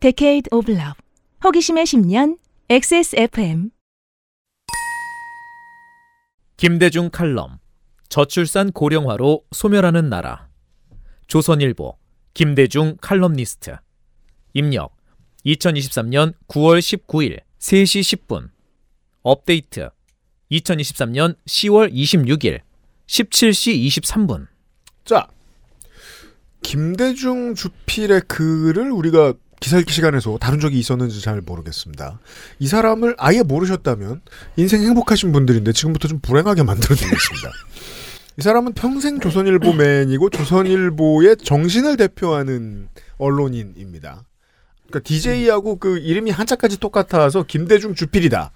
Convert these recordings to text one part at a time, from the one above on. Decade of Love 호기심의 10년 XSFM 김대중 칼럼 저출산 고령화로 소멸하는 나라 조선일보 김대중 칼럼니스트 입력 2023년 9월 19일 3시 10분 업데이트 2023년 10월 26일 17시 23분 자, 김대중 주필의 글을 우리가 기사 읽기 시간에서 다룬 적이 있었는지 잘 모르겠습니다. 이 사람을 아예 모르셨다면 인생 행복하신 분들인데 지금부터 좀 불행하게 만들어드리겠습니다. 이 사람은 평생 조선일보맨이고 조선일보의 정신을 대표하는 언론인입니다. 그러니까 DJ하고 그 이름이 한자까지 똑같아서 김대중 주필이다.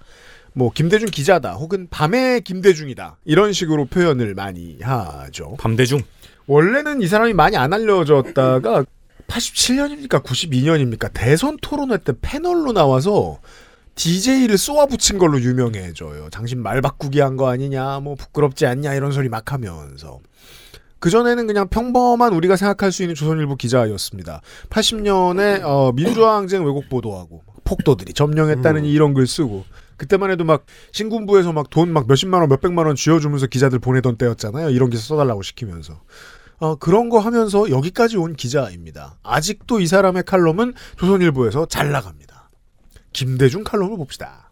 뭐 김대중 기자다 혹은 밤의 김대중이다 이런 식으로 표현을 많이 하죠. 밤대중. 원래는 이 사람이 많이 안 알려졌다가 87년입니까 92년입니까 대선 토론회 때 패널로 나와서 DJ를 쏘아붙인 걸로 유명해져요. 당신 말 바꾸기 한 거 아니냐, 뭐 부끄럽지 않냐 이런 소리 막 하면서. 그전에는 그냥 평범한 우리가 생각할 수 있는 조선일보 기자였습니다. 80년에 어, 민주화 항쟁 왜곡 보도하고 폭도들이 점령했다는 이런 글 쓰고 그때만 해도 막 신군부에서 막 돈 막 몇십만 원 몇백만 원 쥐어주면서 기자들 보내던 때였잖아요. 이런 기사 써달라고 시키면서. 어, 그런 거 하면서 여기까지 온 기자입니다. 아직도 이 사람의 칼럼은 조선일보에서 잘 나갑니다. 김대중 칼럼을 봅시다.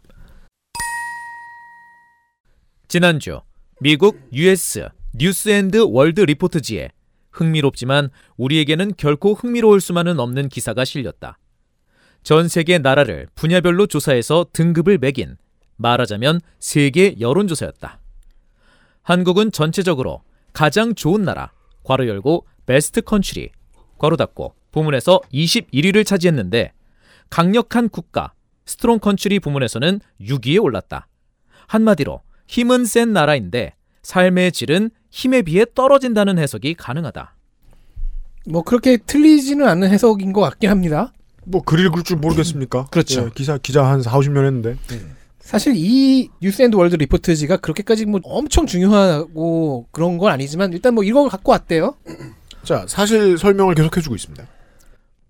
지난주 미국 US 뉴스앤드 월드 리포트지에 흥미롭지만 우리에게는 결코 흥미로울 수만은 없는 기사가 실렸다. 전 세계 나라를 분야별로 조사해서 등급을 매긴 말하자면 세계 여론조사였다. 한국은 전체적으로 가장 좋은 나라 괄호 열고 베스트 컨츄리 괄호 닫고 부문에서 21위를 차지했는데 강력한 국가 스트롱 컨츄리 부문에서는 6위에 올랐다. 한마디로 힘은 센 나라인데 삶의 질은 힘에 비해 떨어진다는 해석이 가능하다. 뭐 그렇게 틀리지는 않은 해석인 것 같긴 합니다. 뭐 글 읽을 줄 모르겠습니까? 그렇죠. 예, 기사 기자 한 4, 50년 했는데. 사실 이 뉴스앤드 월드 리포트지가 그렇게까지 뭐 엄청 중요하고 그런 건 아니지만 일단 뭐 이걸 갖고 왔대요. 자, 사실 설명을 계속해 주고 있습니다.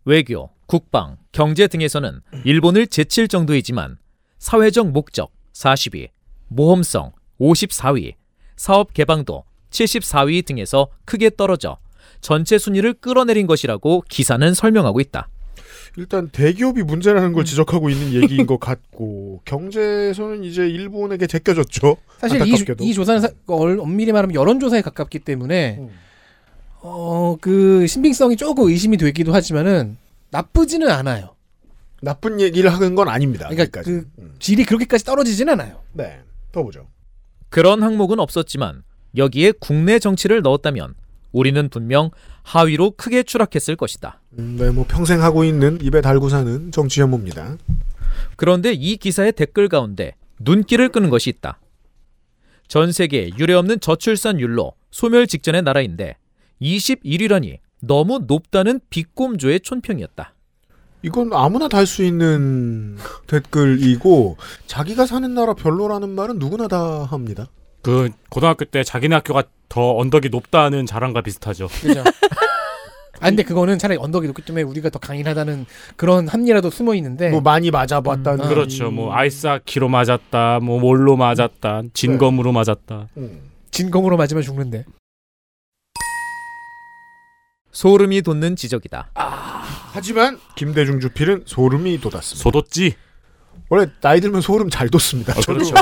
외교, 국방, 경제 등에서는 일본을 제칠 정도이지만 사회적 목적 40위, 모험성 54위, 사업 개방도 74위 등에서 크게 떨어져 전체 순위를 끌어내린 것이라고 기사는 설명하고 있다. 일단 대기업이 문제라는 걸 지적하고 있는 얘기인 것 같고 경제에서는 이제 일본에게 제껴졌죠. 사실 이, 조- 안타깝게도. 이 조사는 사- 얼- 엄밀히 말하면 여론조사에 가깝기 때문에 음. 어 그 신빙성이 조금 의심이 되기도 하지만은 나쁘지는 않아요. 나쁜 얘기를 하는 건 아닙니다. 그러니까 여기까지. 음. 질이 그렇게까지 떨어지진 않아요. 네, 더 보죠. 그런 항목은 없었지만 여기에 국내 정치를 넣었다면 우리는 분명 하위로 크게 추락했을 것이다. 음, 네, 뭐 평생 하고 있는 입에 달고 사는 정치 혐오입니다. 그런데 이 기사의 댓글 가운데 눈길을 끄는 것이 있다. 전 세계 유례없는 저출산율로 소멸 직전의 나라인데 21위라니 너무 높다는 비꼼조의 촌평이었다. 이건 아무나 달 수 있는 댓글이고 자기가 사는 나라 별로라는 말은 누구나 다 합니다. 그 고등학교 때 자기네 학교가 더 언덕이 높다는 자랑과 비슷하죠. 그죠? 아 근데 그거는 차라리 언덕이 높기 때문에 우리가 더 강인하다는 그런 합리라도 숨어 있는데 뭐 많이 맞아봤다는 네. 음, 그렇죠. 뭐 아이스하키로 맞았다. 뭐 몰로 맞았다. 네. 진검으로 맞았다. 음. 진공으로 맞으면 죽는데. 소름이 돋는 지적이다. 하지만 김대중 주필은 소름이 돋았습니다. 소도찌. 원래 나이 들면 소름 잘 돋습니다. 아, 저도 그렇죠.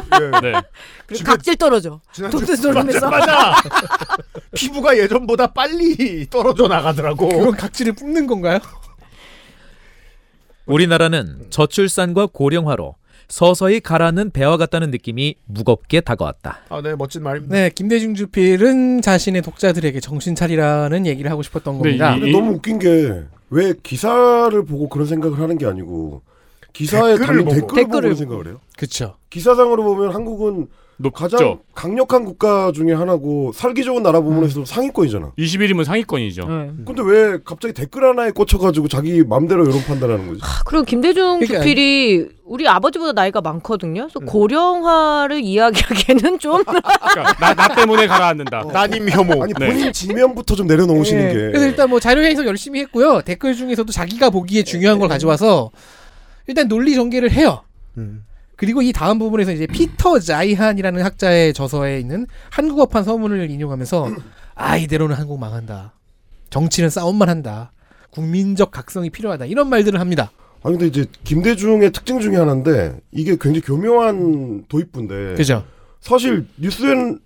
예, 네. 집에- 각질 떨어져. 지난주 독대 소름에서. 맞아. 피부가 예전보다 빨리 떨어져 나가더라고. 그건 각질을 뿜는 건가요? 우리나라는 저출산과 고령화로 서서히 가라앉는 배와 같다는 느낌이 무겁게 다가왔다. 아, 네, 멋진 말입니다. 네, 김대중 주필은 자신의 독자들에게 정신 차리라는 얘기를 하고 싶었던 근데 겁니다. 이- 근데 너무 웃긴 게 왜 기사를 보고 그런 생각을 하는 게 아니고 기사에 댓글을 달린 보고. 댓글을 보고 댓글을 네. 그런 생각을 해요. 그쵸. 기사상으로 보면 한국은 높죠. 가장 강력한 국가 중에 하나고 살기 좋은 나라 부문에서도 상위권이잖아. 21이면 상위권이죠. 음. 근데 왜 갑자기 댓글 하나에 꽂혀가지고 자기 맘대로 여론 판단하는 거지? 그리고 김대중 그러니까 주필이 우리 아버지보다 나이가 많거든요. 그래서 고령화를 이야기하기에는 좀 그러니까 나, 나 때문에 가라앉는다. 어. 난임 혐오. 아니 네. 본인 지면부터 좀 내려놓으시는 예. 게. 그래서 일단 뭐 자료 해석 열심히 했고요. 댓글 중에서도 자기가 보기에 중요한 걸 가져와서 일단 논리 전개를 해요. 음. 그리고 이 다음 부분에서 이제 피터 자이한이라는 학자의 저서에 있는 한국어판 서문을 인용하면서 아 이대로는 한국 망한다. 정치는 싸움만 한다. 국민적 각성이 필요하다. 이런 말들을 합니다. 아니 근데 이제 김대중의 특징 중에 하나인데 이게 굉장히 교묘한 도입부인데 그죠? 사실 뉴스앤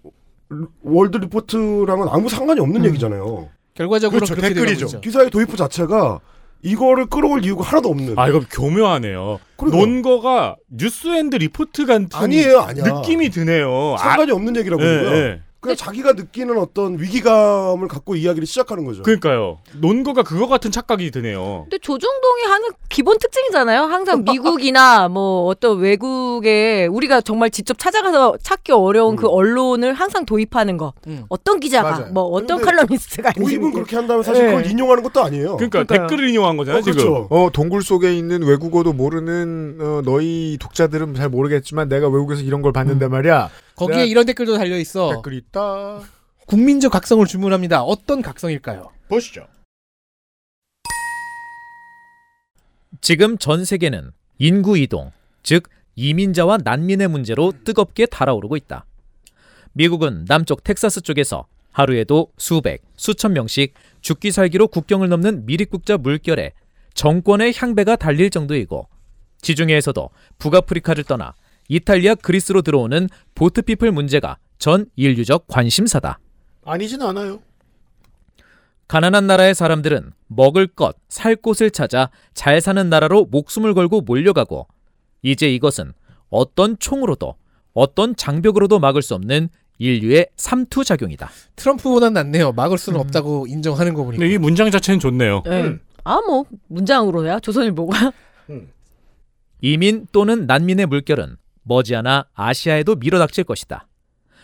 월드 리포트랑은 아무 상관이 없는 얘기잖아요. 결과적으로 그렇죠. 그렇게 댓글이죠. 되는 거죠. 기사의 도입부 자체가 이거를 끌어올 이유가 하나도 없는. 아 이거 교묘하네요. 그러니까. 논거가 뉴스앤드 리포트 같은 아니에요, 아니야. 느낌이 드네요. 아, 상관이 없는 얘기라고 예, 하는 거야. 네. 예. 그냥 자기가 느끼는 어떤 위기감을 갖고 이야기를 시작하는 거죠. 그러니까요. 논거가 그거 같은 착각이 드네요. 근데 조중동이 하는 기본 특징이잖아요. 항상 미국이나 뭐 어떤 외국에 우리가 정말 직접 찾아가서 찾기 어려운 그 언론을 항상 도입하는 거. 음. 어떤 기자가 맞아요. 뭐 어떤 근데 칼럼니스트가 도입은 있는지. 그렇게 한다면 사실 네. 그걸 인용하는 것도 아니에요. 그러니까 그러니까요. 댓글을 인용한 거잖아요 어, 그렇죠. 어 동굴 속에 있는 외국어도 모르는 어, 너희 독자들은 잘 모르겠지만 내가 외국에서 이런 걸 봤는데 말이야. 거기에 내가- 이런 댓글도 달려 있어. 댓글 있다. 국민적 각성을 주문합니다. 어떤 각성일까요? 보시죠. 지금 전 세계는 인구 이동, 즉 이민자와 난민의 문제로 뜨겁게 달아오르고 있다. 미국은 남쪽 텍사스 쪽에서 하루에도 수백, 수천 명씩 죽기 살기로 국경을 넘는 미립국자 물결에 정권의 향배가 달릴 정도이고 지중해에서도 북아프리카를 떠나 이탈리아 그리스로 들어오는 보트피플 문제가 전 인류적 관심사다. 아니진 않아요. 가난한 나라의 사람들은 먹을 것, 살 곳을 찾아 잘 사는 나라로 목숨을 걸고 몰려가고 이제 이것은 어떤 총으로도 어떤 장벽으로도 막을 수 없는 인류의 삼투 작용이다. 트럼프보단 낫네요. 막을 수는 없다고 인정하는 거 보니까. 근데 이 문장 자체는 좋네요. 예. 아 뭐 문장으로야 조선일보가 이민 또는 난민의 물결은 머지않아 아시아에도 밀어닥칠 것이다.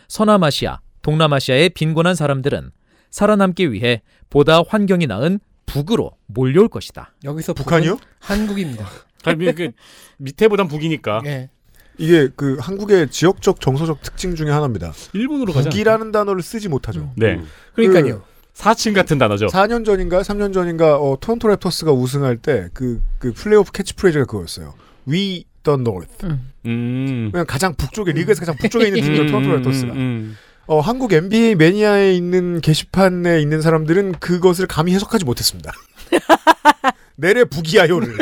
서남아시아, 동남아시아의 빈곤한 사람들은 살아남기 위해 보다 환경이 나은 북으로 몰려올 것이다. 여기서 북은 북한이요? 한국입니다. 아니, 그 밑에보단 북이니까 예. 이게 그 한국의 지역적 정서적 특징 중에 하나입니다. 일본으로 가자. 북이라는 단어를 쓰지 못하죠. 네. 그러니까요. 사칭 같은 단어죠. 4년 전인가 3년 전인가 어, 토론토 랩터스가 우승할 때 그 그 플레이오프 캐치프레이즈가 그거였어요. We the North. 음. 그냥 가장 북쪽에 리그에서 가장 북쪽에 있는 팀이죠 토론토 음, 랩터스가. 음. 어, 한국 NBA 매니아에 있는 게시판에 있는 사람들은 그것을 감히 해석하지 못했습니다. 내래 북이야요를.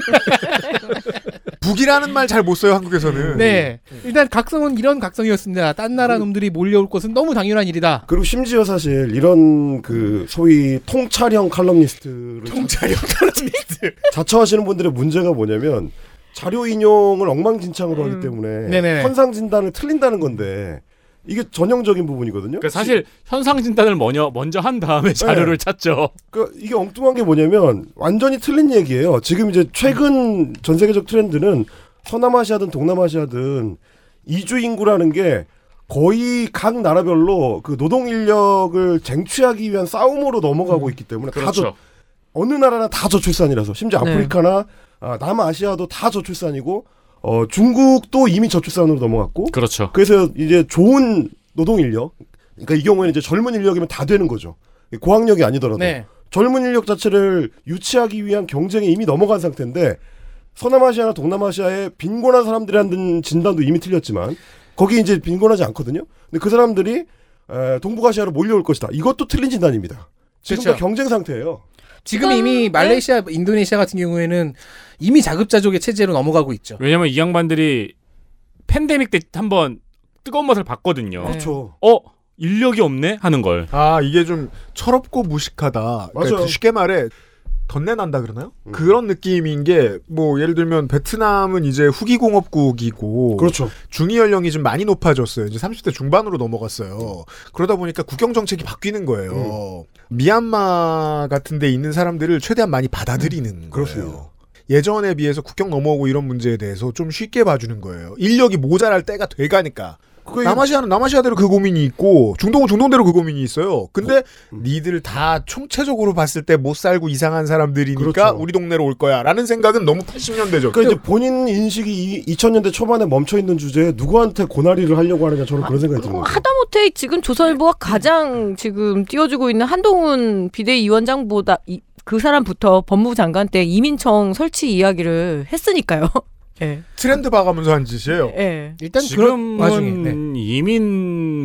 북이라는 말 잘 못 써요 한국에서는. 네. 일단 각성은 이런 각성이었습니다. 딴 나라 놈들이 몰려올 것은 너무 당연한 일이다. 그리고 심지어 사실 이런 그 소위 통찰형 칼럼니스트로 통찰력 칼럼니스트. 자처하시는 분들의 문제가 뭐냐면 자료 인용을 엉망진창으로 하기 때문에 네네네. 현상 진단을 틀린다는 건데 이게 전형적인 부분이거든요. 그러니까 사실 현상 진단을 먼저 먼저 한 다음에 자료를 찾죠. 그 이게 엉뚱한 게 뭐냐면 완전히 틀린 얘기예요. 지금 이제 최근 전 세계적 트렌드는 서남아시아든 동남아시아든 이주 인구라는 게 거의 각 나라별로 그 노동 인력을 쟁취하기 위한 싸움으로 넘어가고 있기 때문에 다 그렇죠. 저, 어느 나라나 다 저출산이라서 심지어 네. 아프리카나 아, 남아시아도 다 저출산이고 어, 중국도 이미 저출산으로 넘어갔고 그렇죠. 그래서 이제 좋은 노동 인력 그러니까 이 경우에는 이제 젊은 인력이면 다 되는 거죠. 고학력이 아니더라도 네. 젊은 인력 자체를 유치하기 위한 경쟁에 이미 넘어간 상태인데 서남아시아나 동남아시아의 빈곤한 사람들이라는 진단도 이미 틀렸지만 거기 이제 빈곤하지 않거든요. 근데 그 사람들이 에, 동북아시아로 몰려올 것이다. 이것도 틀린 진단입니다. 지금도 그렇죠. 경쟁 상태예요. 지금 북한- 이미 말레이시아, 인도네시아 같은 경우에는 이미 자급자족의 체제로 넘어가고 있죠. 왜냐면 이 양반들이 팬데믹 때 한번 뜨거운 맛을 봤거든요. 그렇죠. 어 인력이 없네 하는 걸. 아 이게 좀 철없고 무식하다. 그러니까 그 맞아요. 쉽게 말해 덧내 난다 그러나요? 음. 그런 느낌인 게 뭐 예를 들면 베트남은 이제 후기 공업국이고 그렇죠. 중위 연령이 좀 많이 높아졌어요. 이제 30대 중반으로 넘어갔어요. 그러다 보니까 국경 정책이 바뀌는 거예요. 음. 미얀마 같은 데 있는 사람들을 최대한 많이 받아들이는 거예요. 음, 그렇습니다. 예전에 비해서 국경 넘어오고 이런 문제에 대해서 좀 쉽게 봐주는 거예요. 인력이 모자랄 때가 돼가니까. 그게 남아시아는 남아시아대로 그 고민이 있고 중동은 중동대로 그 고민이 있어요. 근데 뭐, 음. 니들 다 총체적으로 봤을 때 못 살고 이상한 사람들이니까 그렇죠. 우리 동네로 올 거야라는 생각은 너무 80년대죠. 그러니까 이제 본인 인식이 2000년대 초반에 멈춰 있는 주제에 누구한테 고나리를 하려고 아, 하느냐 저는 그런 생각이 드는 어, 거예요. 하다못해 지금 조선일보가 가장 지금 띄워주고 있는 한동훈 비대위원장보다 이- 그 사람부터 법무부 장관 때 이민청 설치 이야기를 했으니까요. 예. 트렌드 봐가면서 한 짓이에요. 네. 예. 일단 그런 지금은 와중에 네. 이민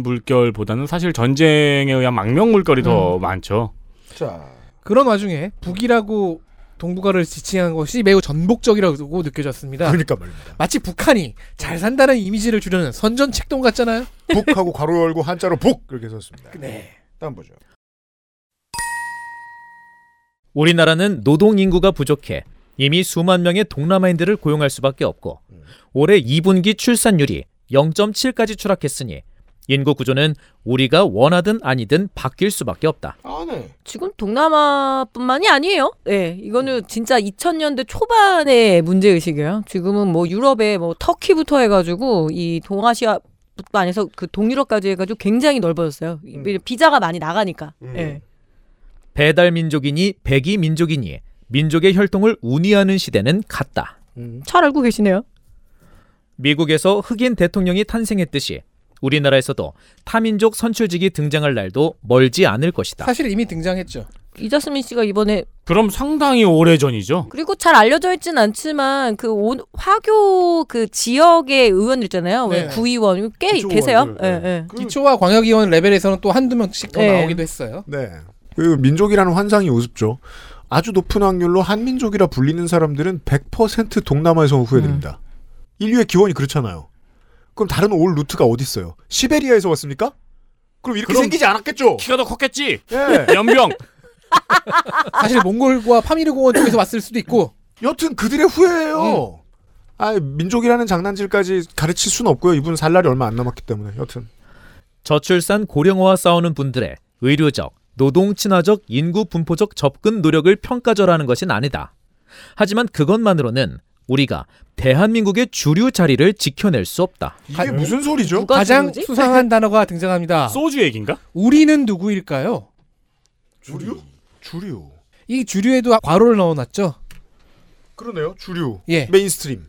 물결보다는 사실 전쟁에 의한 망명 물결이 더 많죠. 자, 그런 와중에 북이라고 동북아를 지칭한 것이 매우 전복적이라고 느껴졌습니다. 그러니까 말입니다. 마치 북한이 잘 산다는 이미지를 주려는 선전책동 같잖아요. 북하고 괄호 열고 한자로 북 이렇게 썼습니다. 네. 다음 보죠. 우리나라는 노동 인구가 부족해 이미 수만 명의 동남아인들을 고용할 수밖에 없고 올해 2분기 출산율이 0.7까지 추락했으니 인구 구조는 우리가 원하든 아니든 바뀔 수밖에 없다. 아, 네. 지금 동남아뿐만이 아니에요. 예. 이거는 진짜 2000년대 초반의 문제 의식이에요. 지금은 뭐 유럽에 뭐 터키부터 해가지고 이 동아시아 부터 안에서 그 동유럽까지 해가지고 굉장히 넓어졌어요. 이- 비자가 많이 나가니까. 예. 배달 민족이니 백이 민족이니 민족의 혈통을 운이하는 시대는 갔다. 잘 알고 계시네요. 미국에서 흑인 대통령이 탄생했듯이 우리나라에서도 타민족 선출직이 등장할 날도 멀지 않을 것이다. 사실 이미 등장했죠. 이자스민 씨가 이번에 그럼 상당히 오래 전이죠. 그리고 잘 알려져 있진 않지만 그 온, 화교 그 지역의 의원들 있잖아요. 네. 왜 구의원 꽤 그쪽 계세요. 의원들, 예, 네. 예. 기초와 광역의원 레벨에서는 또 한두 명씩 더 네. 나오기도 했어요. 네. 그 민족이라는 환상이 우습죠. 아주 높은 확률로 한민족이라 불리는 사람들은 100% 동남아에서 후회됩니다. 음. 인류의 기원이 그렇잖아요. 그럼 다른 올 루트가 어디 있어요? 시베리아에서 왔습니까? 그럼 이렇게 그럼- 생기지 않았겠죠. 키가 더 컸겠지. 예. 연병. 사실 몽골과 파미르 공원 쪽에서 왔을 수도 있고 음. 여튼 그들의 후회예요. 아, 민족이라는 장난질까지 가르칠 수는 없고요. 이분 살 날이 얼마 안 남았기 때문에. 여튼 저출산 고령화와 싸우는 분들의 의료적, 노동 친화적, 인구 분포적 접근 노력을 평가절하는 것은 아니다. 하지만 그것만으로는 우리가 대한민국의 주류 자리를 지켜낼 수 없다. 이게 무슨 소리죠? 누가 가장 누구지? 수상한 단어가 등장합니다. 소주 얘긴가? 우리는 누구일까요? 주류? 주류. 이 주류에도 괄호를 넣어놨죠. 그러네요. 주류. 예. 메인스트림.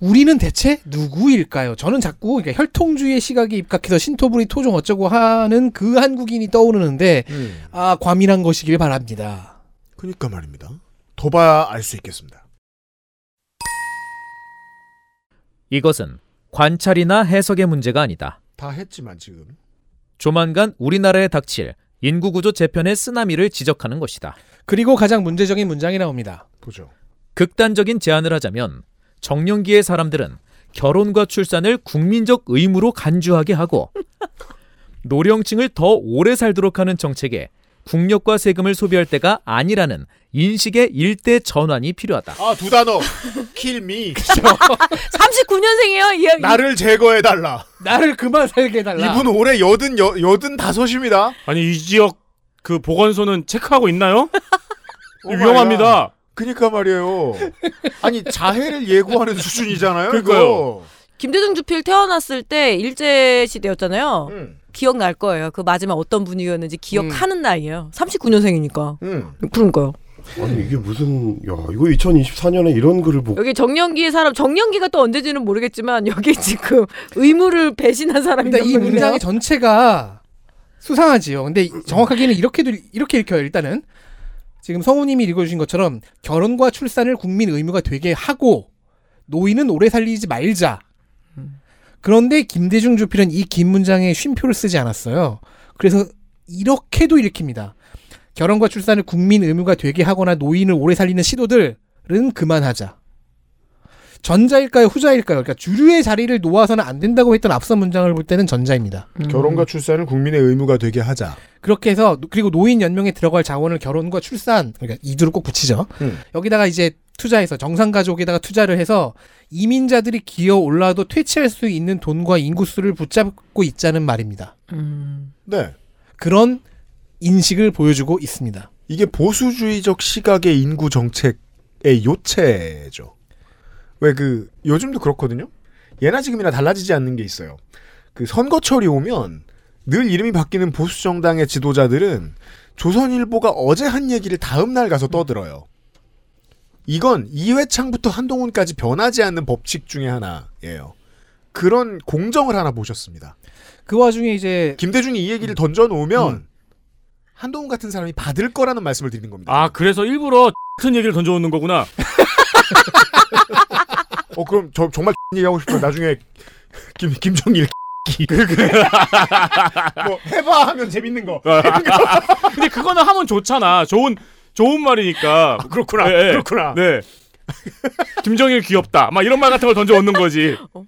우리는 대체 누구일까요? 저는 자꾸 그러니까 혈통주의의 시각에 입각해서 신토부리 토종 어쩌고 하는 그 한국인이 떠오르는데 예. 아 과민한 것이길 바랍니다. 그니까 그러니까 말입니다. 더 봐야 알 수 있겠습니다. 이것은 관찰이나 해석의 문제가 아니다. 다 했지만 지금 조만간 우리나라에 닥칠 인구 구조 재편의 쓰나미를 지적하는 것이다. 그리고 가장 문제적인 문장이 나옵니다. 보죠. 극단적인 제안을 하자면 정년기의 사람들은 결혼과 출산을 국민적 의무로 간주하게 하고 노령층을 더 오래 살도록 하는 정책에 국력과 세금을 소비할 때가 아니라는 인식의 일대 전환이 필요하다. 아 두 단어. 킬미 39년생이에요. 이 나를 제거해 달라. 나를 그만 살게 해달라. 이분 올해 여든 여, 여든 다섯입니다. 아니 이 지역 그 보건소는 체크하고 있나요? 오 마이 갓. 위험합니다. 그니까 말이에요. 아니 자해를 예고하는 수준이잖아요. 그러니까요. 이거. 김대중 주필 태어났을 때 일제 시대였잖아요. 음, 기억날 거예요. 그 마지막 어떤 분위기였는지 기억하는 나이에요. 39년생이니까. 음. 그러니까요. 아니 이게 무슨 야 이거 2024년에 이런 글을 보고 여기 정년기의 사람 정년기가 또 언제지는 모르겠지만 여기 지금 의무를 배신한 사람이 근데 이 너무 많네요. 문장의 전체가 수상하지요. 근데 이- 정확하게는 이렇게도 읽- 이렇게 읽혀요. 일단은 지금 성우님이 읽어주신 것처럼 결혼과 출산을 국민 의무가 되게 하고 노인은 오래 살리지 말자. 그런데 김대중 주필은 이 긴 문장에 쉼표를 쓰지 않았어요. 그래서 이렇게도 읽힙니다. 결혼과 출산을 국민 의무가 되게 하거나 노인을 오래 살리는 시도들은 그만하자. 전자일까요, 후자일까요? 그러니까 주류의 자리를 놓아서는 안 된다고 했던 앞선 문장을 볼 때는 전자입니다. 결혼과 출산을 국민의 의무가 되게 하자. 그렇게 해서 노- 그리고 노인 연명에 들어갈 자원을 결혼과 출산 그러니까 이두를 꼭 붙이죠. 음. 여기다가 이제 투자해서 정상 가족에다가 투자를 해서 이민자들이 기어 올라도 퇴치할 수 있는 돈과 인구수를 붙잡고 있자는 말입니다. 네. 그런 인식을 보여주고 있습니다. 이게 보수주의적 시각의 인구 정책의 요체죠. 왜 그 요즘도 그렇거든요. 예나 지금이나 달라지지 않는 게 있어요. 그 선거철이 오면 늘 이름이 바뀌는 보수 정당의 지도자들은 조선일보가 어제 한 얘기를 다음 날 가서 떠들어요. 이건 이회창부터 한동훈까지 변하지 않는 법칙 중에 하나예요. 그런 공정을 하나 보셨습니다. 그 와중에 이제 김대중이 이 얘기를 던져놓으면 한동훈 같은 사람이 받을 거라는 말씀을 드리는 겁니다. 아 그래서 일부러 같은 얘기를 던져오는 거구나. 어 그럼 저 정말 얘기하고 싶어요. 나중에 김 김정일 뭐 해봐 하면 재밌는 거. 근데 그거는 하면 좋잖아. 좋은 좋은 말이니까. 그렇구나. 예, 예. 그렇구나. 네. 김정일 귀엽다. 막 이런 말 같은 걸 던져오는 거지. 네.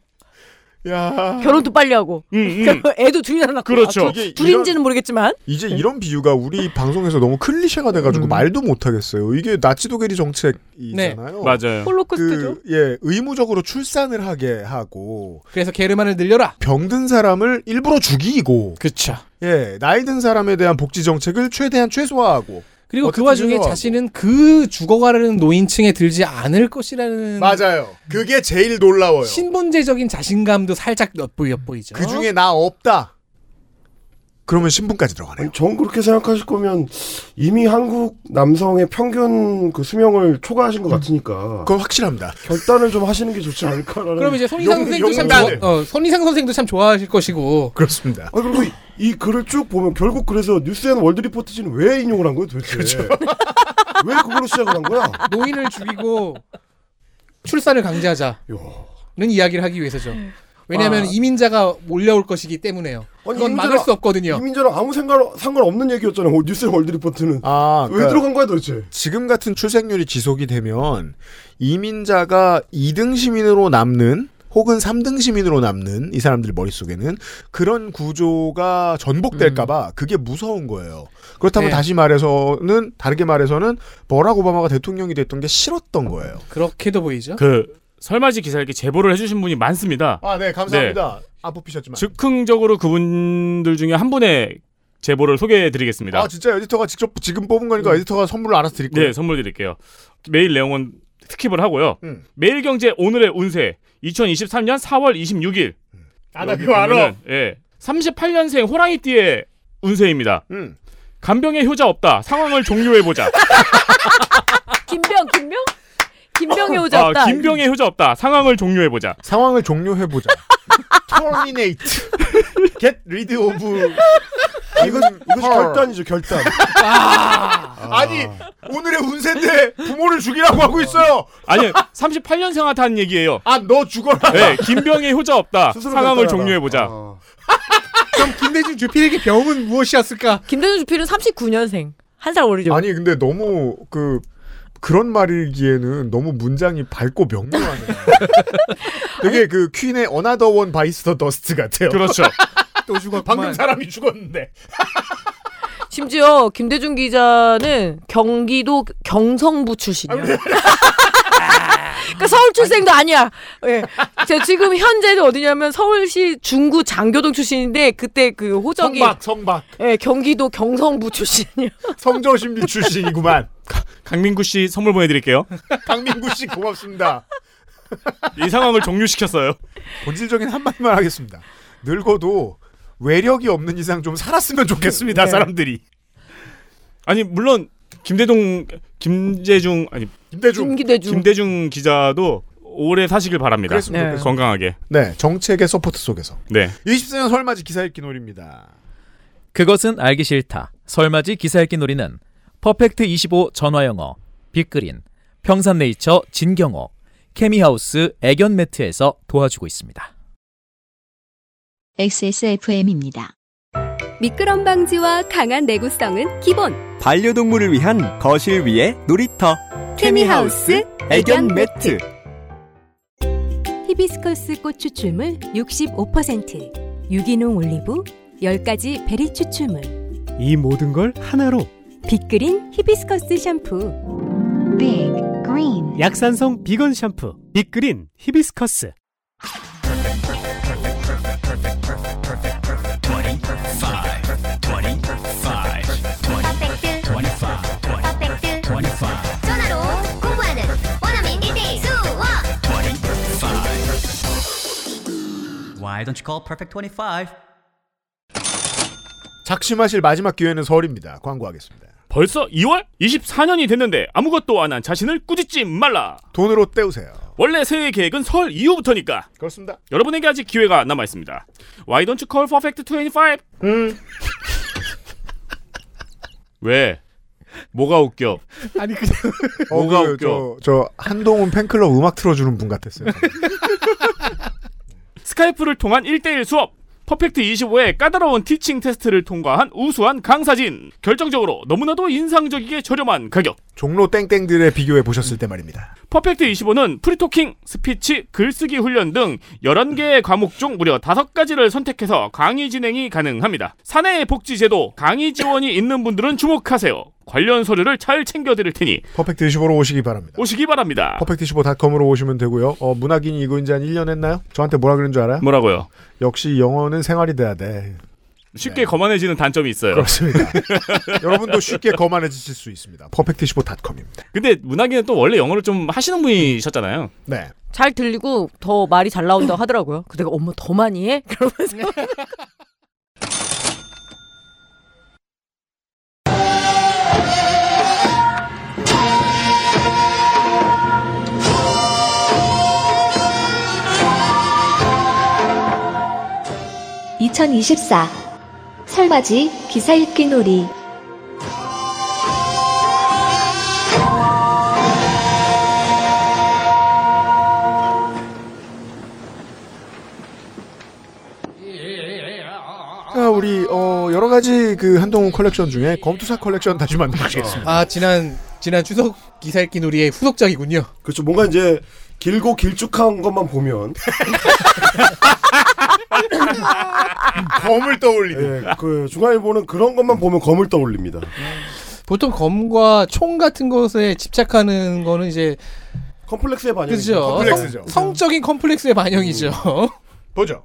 야 결혼도 빨리 하고 음, 음. 애도 둘이나 낳고 그렇죠. 아, 둘- 둘인지는 모르겠지만 이제 이런 비유가 우리 방송에서 너무 클리셰가 돼가지고 말도 못하겠어요. 이게 나치 독일이 정책이잖아요. 맞아요. 그, 홀로코스트죠. 예, 의무적으로 출산을 하게 하고, 그래서 게르만을 늘려라. 병든 사람을 일부러 죽이고, 그쵸. 예, 나이 든 사람에 대한 복지 정책을 최대한 최소화하고, 그리고 그 어쨌든 와중에 죄송하고. 자신은 그 죽어가려는 노인층에 들지 않을 것이라는 맞아요. 그게 제일 놀라워요. 신분제적인 자신감도 살짝 엿보이 엿보이죠. 그 중에 나 없다. 그러면 신분까지 들어가네요. 아니, 전 그렇게 생각하실 거면 이미 한국 남성의 평균 그 수명을 초과하신 것 음. 같으니까 그건 확실합니다. 결단을 좀 하시는 게 좋지 않을까라는. 그럼 이제 손이상 용- 선생도 참 용단을. 좋아, 어, 손이상 선생도 참 좋아하실 것이고 그렇습니다. 아 그리고 이- 이 글을 쭉 보면 결국 그래서 뉴스앤 월드리포트지는 왜 인용을 한 거예요 도대체? 왜 그걸로 시작을 한 거야? 노인을 죽이고 출산을 강제하자는 요. 이야기를 하기 위해서죠. 왜냐하면 이민자가 몰려올 것이기 때문에요. 아니, 그건 막을 어, 이민자가- 수 없거든요. 이민자랑 아무 상관 상관없는 얘기였잖아요. 어, 뉴스앤 월드리포트는 아, 왜 그러니까 들어간 거야 도대체? 지금 같은 출생률이 지속이 되면 이민자가 2등 시민으로 남는 혹은 3등 시민으로 남는 이 사람들 머릿속에는 그런 구조가 전복될까봐 그게 무서운 거예요. 그렇다면 네. 다시 말해서는 다르게 말해서는 버락 오바마가 대통령이 됐던 게 싫었던 거예요. 그렇게도 보이죠. 그 설마지 기사 이렇게 제보를 해주신 분이 많습니다. 아, 네, 감사합니다. 안 뽑히셨지만. 즉흥적으로 그분들 중에 한 분의 제보를 소개해드리겠습니다. 아, 진짜 에디터가 직접 지금 뽑은 거니까 에디터가 선물로 알아서 드릴 거예요. 네, 선물 드릴게요. 매일 내용은 스킵을 하고요. 음. 매일경제 오늘의 운세 2023년 4월 26일. 아, 여기 보면은, 예. 38년생 호랑이띠의 운세입니다. 음. 간병의 효자 없다. 상황을 종료해 보자. 김병 김병 김병이 오자 아, 없다. 김병의 효자 없다. 상황을 종료해 보자. 상황을 종료해보자. 터미네이트. get rid of. 음, 이건 이것이 결단이죠 결단. 아니 오늘의 운세인데 부모를 죽이라고 하고 있어요. 아니, 38년생한테 한 얘기예요. 아 너 죽어라. 네, 김병의 효자 없다. 스스로 상황을 결단하라. 종료해 보자. 아. 그럼 김대중 주필에게 병은 무엇이었을까? 김대중 주필은 39년생 한 살 어리죠. 아니 근데 너무 그 그런 말이기에는 너무 문장이 밝고 명료하네요. 되게 그 퀸의 어나더 원 바이스터 더스트 같아요. 그렇죠. 또 죽었구만. 방금 사람이 죽었는데. 심지어 김대중 기자는 경기도 경성부 출신이야. 그러니까 서울 출생도 아니야. 예. 제가 지금 현재는 어디냐면 서울시 중구 장교동 출신인데 그때 그 호적이 성박 성박 예, 경기도 경성부 출신이야. 성조심리 출신이구만. 강민구 씨 선물 보내드릴게요. 강민구 씨 고맙습니다. 이 상황을 종료시켰어요. 본질적인 한마디만 하겠습니다. 늙어도 외력이 없는 이상 좀 살았으면 좋겠습니다 사람들이. 아니 물론 김대동 김재중 아니 김대중. 김기대중. 김대중 기자도 오래 사시길 바랍니다. 그랬으면 네. 좋겠어요. 건강하게. 네 정책의 서포트 속에서. 네. 24년 설맞이 기사 읽기 놀입니다. 그것은 알기 싫다. 설마지 기사 읽기 놀이는 퍼펙트 25 전화영어, 빅그린, 평산네이처 진경옥, 케미하우스 애견 매트에서 도와주고 있습니다. XSFM입니다. 미끄럼 방지와 강한 내구성은 기본 반려동물을 위한 거실 위에 놀이터 케미하우스 애견 매트 히비스커스 꽃 추출물 65% 유기농 올리브 10가지 베리 추출물 이 모든 걸 하나로 빅그린 히비스커스 샴푸 Big Green 약산성 비건 샴푸 빅그린 히비스커스 퍼펙트 25 25 전화로 공부하는 원어민 1대1 수업 y Why don't you call Perfect 25? 작심하실 마지막 기회는 서울입니다. 광고하겠습니다. 벌써 2월 24년이 됐는데 아무것도 안 한 자신을 꾸짖지 말라. 돈으로 때우세요. 원래 새해 계획은 설 이후부터니까. 그렇습니다. 여러분에게 아직 기회가 남아 있습니다. Why don't you call perfect 25? 음. 왜? 뭐가 웃겨? 아니 그냥 뭐가 그, 웃겨? 저, 저 한동훈 팬클럽 음악 틀어주는 분 같았어요. 스카이프를 통한 1대1 수업. 퍼펙트 25의 까다로운 티칭 테스트를 통과한 우수한 강사진. 결정적으로 너무나도 인상적이게 저렴한 가격. 종로 땡땡들의 비교해 보셨을 때 말입니다. 퍼펙트 25는 프리토킹, 스피치, 글쓰기 훈련 등 11개의 과목 중 무려 5가지를 선택해서 강의 진행이 가능합니다. 사내 복지 제도, 강의 지원이 있는 분들은 주목하세요. 관련 서류를 잘 챙겨 드릴 테니 퍼펙트 25로 오시기 바랍니다. 오시기 바랍니다. 퍼펙트25.com으로 오시면 되고요. 어, 문학인이 이거 이제 한 1년 했나요? 저한테 뭐라 그런 줄 알아요? 뭐라고요? 역시 영어는 생활이 돼야 돼. 쉽게 거만해지는 단점이 네. 있어요. 그렇습니다. 여러분도 쉽게 거만해지실 수 있습니다. 퍼펙트25.com입니다. 근데 문학인은 또 원래 영어를 좀 하시는 분이셨잖아요. 네. 잘 들리고 더 말이 잘 나온다고 하더라고요. 그 내가 엄마 더 많이 해? 그러면서 2024 설맞이 기사 읽기 놀이 자, 우리 어, 여러 가지 그 한동훈 컬렉션 중에 검투사 컬렉션 다시 만들어주겠습니다. 아 지난 지난 추석 기사 읽기 놀이의 후속작이군요. 그렇죠. 뭔가 이제 길고 길쭉한 것만 보면 아, 검을 떠올리고. 그 중앙일보는 그런 것만 보면 검을 떠올립니다. 보통 검과 총 같은 것에 집착하는 거는 이제 컴플렉스의 반영이죠. 그죠. 컴플렉스죠. 성, 적인 컴플렉스의 반영이죠. 보죠.